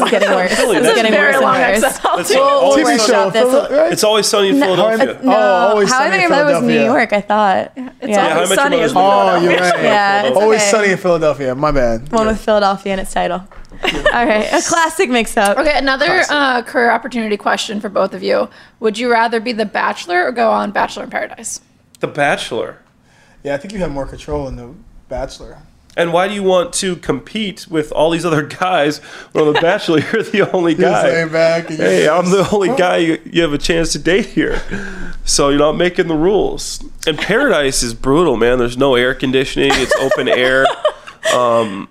C: is getting worse.
B: Philly,
C: This is
B: that's
C: getting
B: a very
C: worse
B: long
C: and worse.
D: XFL.
B: That's all-
C: we'll
B: always
A: TV
C: work
B: sunny-
A: show.
C: out this
A: Phila-
C: one.
A: right?
B: It's always sunny in Philadelphia.
A: Oh,
C: No,
A: always
C: How I
A: sunny
C: Met
A: in
C: Your Mother was New
A: Philadelphia.
C: York. I thought.
B: Yeah, How I
D: Always
B: Met
D: Sunny
B: Your
D: is
B: Mother.
A: Oh, you're right.
C: Yeah, it's
A: Always
C: okay.
A: sunny in Philadelphia. My bad.
C: One with Philadelphia in its title. All right, a classic mix-up.
D: Okay, another uh, career opportunity question for both of you. Would you rather be The Bachelor or go on Bachelor in Paradise?
B: The Bachelor.
A: Yeah, I think you have more control in The Bachelor.
B: And why do you want to compete with all these other guys when on The Bachelor you're the only guy?
A: Laying back and you-
B: Hey, I'm the only guy you, you have a chance to date here. So you're not making the rules. And paradise is brutal, man. There's no air conditioning, it's open air. Um,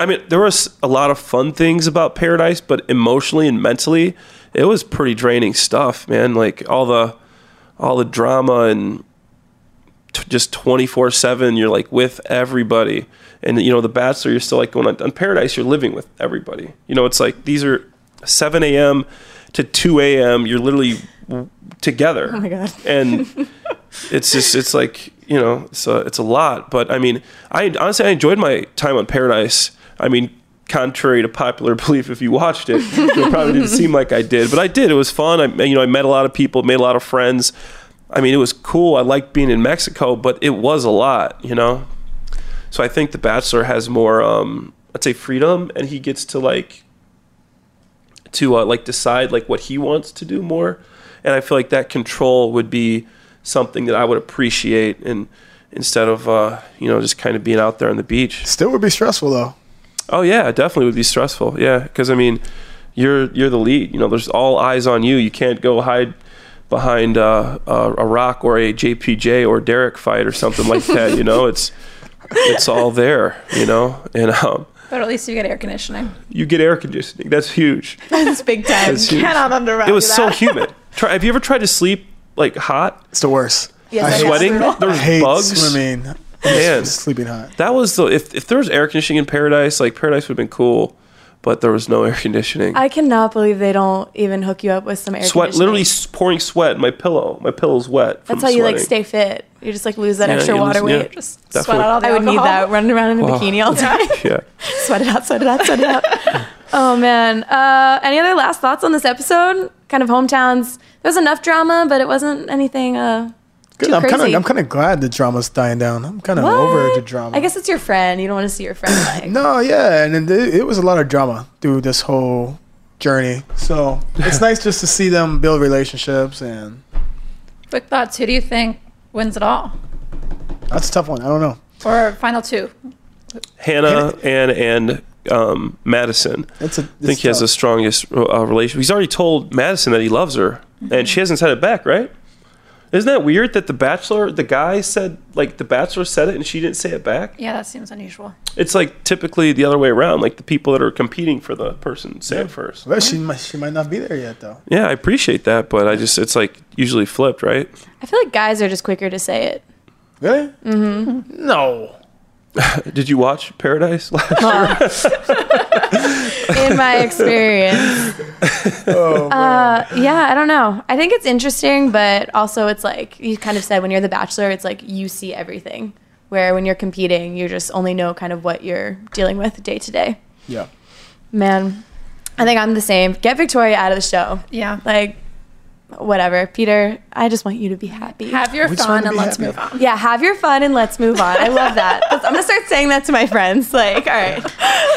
B: I mean, there was a lot of fun things about paradise, but emotionally and mentally, it was pretty draining stuff, man. Like all the all the drama and t- just 24/7 you're like with everybody. And you know, the bachelor you're still like going on, on paradise you're living with everybody. You know, it's like these are 7 a.m. to 2 a.m. you're literally w- together. Oh my
C: God.
B: And it's just it's like you know it's a, it's a lot but i mean i honestly i enjoyed my time on paradise i mean contrary to popular belief if you watched it it probably didn't seem like i did but i did it was fun i you know i met a lot of people made a lot of friends i mean it was cool i liked being in mexico but it was a lot you know so i think the bachelor has more um i'd say freedom and he gets to like to uh, like decide like what he wants to do more and i feel like that control would be something that i would appreciate and instead of uh, you know just kind of being out there on the beach
A: Still would be stressful though.
B: oh yeah it definitely would be stressful yeah because i mean you're you're the lead you know there's all eyes on you you can't go hide behind uh, a, a rock or a jpj or derek fight or something like that you know it's it's all there you know and um,
D: But at least you get air conditioning.
B: you get air conditioning that's huge
C: It's big time.
B: It's huge.
D: Cannot undervalue
B: It was so
D: that.
B: humid. Try, have you ever tried to sleep like hot,
A: It's the worst.
D: Yes,
A: I
D: I
A: hate,
D: guess.
B: sweating.
D: brutal.
B: There
A: I
B: was
A: hate
B: bugs.
A: swimming.
B: Man.
A: Sleeping hot.
B: That was the if if there was air conditioning in paradise, like paradise would have been cool, but there was no air conditioning.
C: I cannot believe they don't even hook you up with some air
B: sweat,
C: conditioning.
B: literally s- pouring sweat. in My pillow, my pillow's wet. From
C: That's how you like
B: sweating.
C: stay fit. You just like lose that
B: Yeah,
C: extra
B: you lose-
C: water
B: yeah.
C: weight.
D: Just sweat
B: Definitely.
D: out all the
C: I would need that
D: alcohol.
C: running around in a
B: Wow.
C: bikini all the time.
B: Yeah.
C: sweat it out, sweat it out, sweat it out. oh man. Uh, any other last thoughts on this episode? Kind of hometowns. There was enough drama, but it wasn't anything. Uh,
A: Good.
C: Too
A: I'm kind of
C: crazy.
A: I'm kind of glad the drama's dying down. I'm kind of
C: what?
A: over the drama.
C: I guess it's your friend. You don't want to see your friend like.
A: No, yeah, and then it, it was a lot of drama through this whole journey. So it's nice just to see them build relationships, and
D: Quick thoughts. Who do you think wins it all?
A: that's a tough one. I don't know.
D: Or final two?
B: Hannah and and um, Madison.
A: It's a.
B: I think he has the strongest uh, relationship. He's already told Madison that he loves her, and she hasn't said it back, right? Isn't that weird that the bachelor, the guy said, like the bachelor said it, and she didn't say it back?
D: Yeah, that seems unusual.
B: It's like typically the other way around. Like the people that are competing for the person say it first.
A: Well, she might she might not be there yet though.
B: Yeah, I appreciate that, but I just it's like usually flipped, right?
C: I feel like guys are just quicker to say it.
A: Really? Mm-hmm. No.
B: Did you watch Paradise?
C: in my experience.
A: Oh,
C: uh, yeah, I don't know. I think it's interesting, but also it's like you kind of said when you're the bachelor, it's like you see everything. Where when you're competing, you just only know kind of what you're dealing with day to day.
A: Yeah.
C: Man, I think I'm the same. Get Victoria out of the show.
D: Yeah.
C: Like, whatever. Peter, I just want you to be happy.
D: Have your
A: We just wanna
D: fun and
A: be
D: let's
A: happy.
D: move on.
C: yeah, have your fun and let's move on. I love that. That's- I'm gonna start saying that to my friends. Like, all right,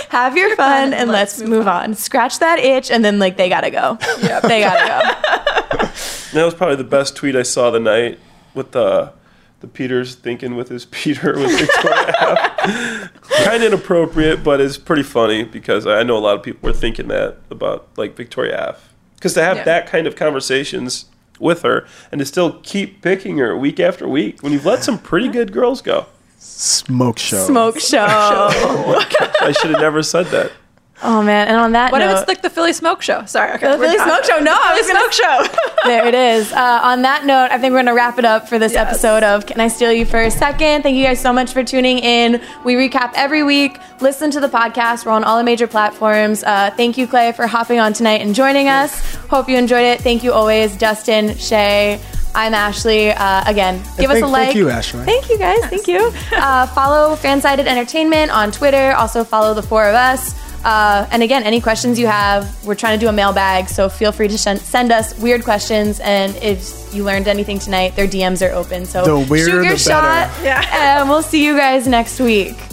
C: have your fun and let's move on. Scratch that itch, and then like they gotta go. They gotta go.
B: That was probably the best tweet I saw the night with the the Peters thinking with his Peter with Victoria kind of inappropriate, but it's pretty funny because I know a lot of people were thinking that about like Victoria F. Because to have
D: Yeah.
B: that kind of conversations with her and to still keep picking her week after week when you've let some pretty good girls go.
A: Smoke show.
C: Smoke show.
B: I should have never said that.
C: Oh man, and on that
D: What
C: note,
D: if it's like the Philly Smoke Show? Sorry. Okay,
C: The
D: we're
C: Philly
D: done.
C: Smoke Show? No, I was
D: Philly
C: gonna-
D: Smoke Show.
C: there it is. Uh, on that note, I think we're gonna wrap it up for this
D: Yes.
C: episode of Can I Steal You for a Second? Thank you guys so much for tuning in. We recap every week. Listen to the podcast. We're on all the major platforms. Uh, thank you, Clay, for hopping on tonight and joining us. Hope you enjoyed it. Thank you always, Dustin, Shay. I'm Ashley. Uh, again, give us
A: thank-
C: a like.
A: thank you, Ashley.
C: Thank you, guys. Thank you. Uh, follow Fansided Entertainment on Twitter. Also follow the four of us. Uh, and again, any questions you have, we're trying to do a mailbag, so feel free to shen- send us weird questions. And if you learned anything tonight, their DMs are open. So
A: The weirder,
C: shoot your
A: the
C: shot,
A: better.
D: Yeah.
C: and we'll see you guys next week.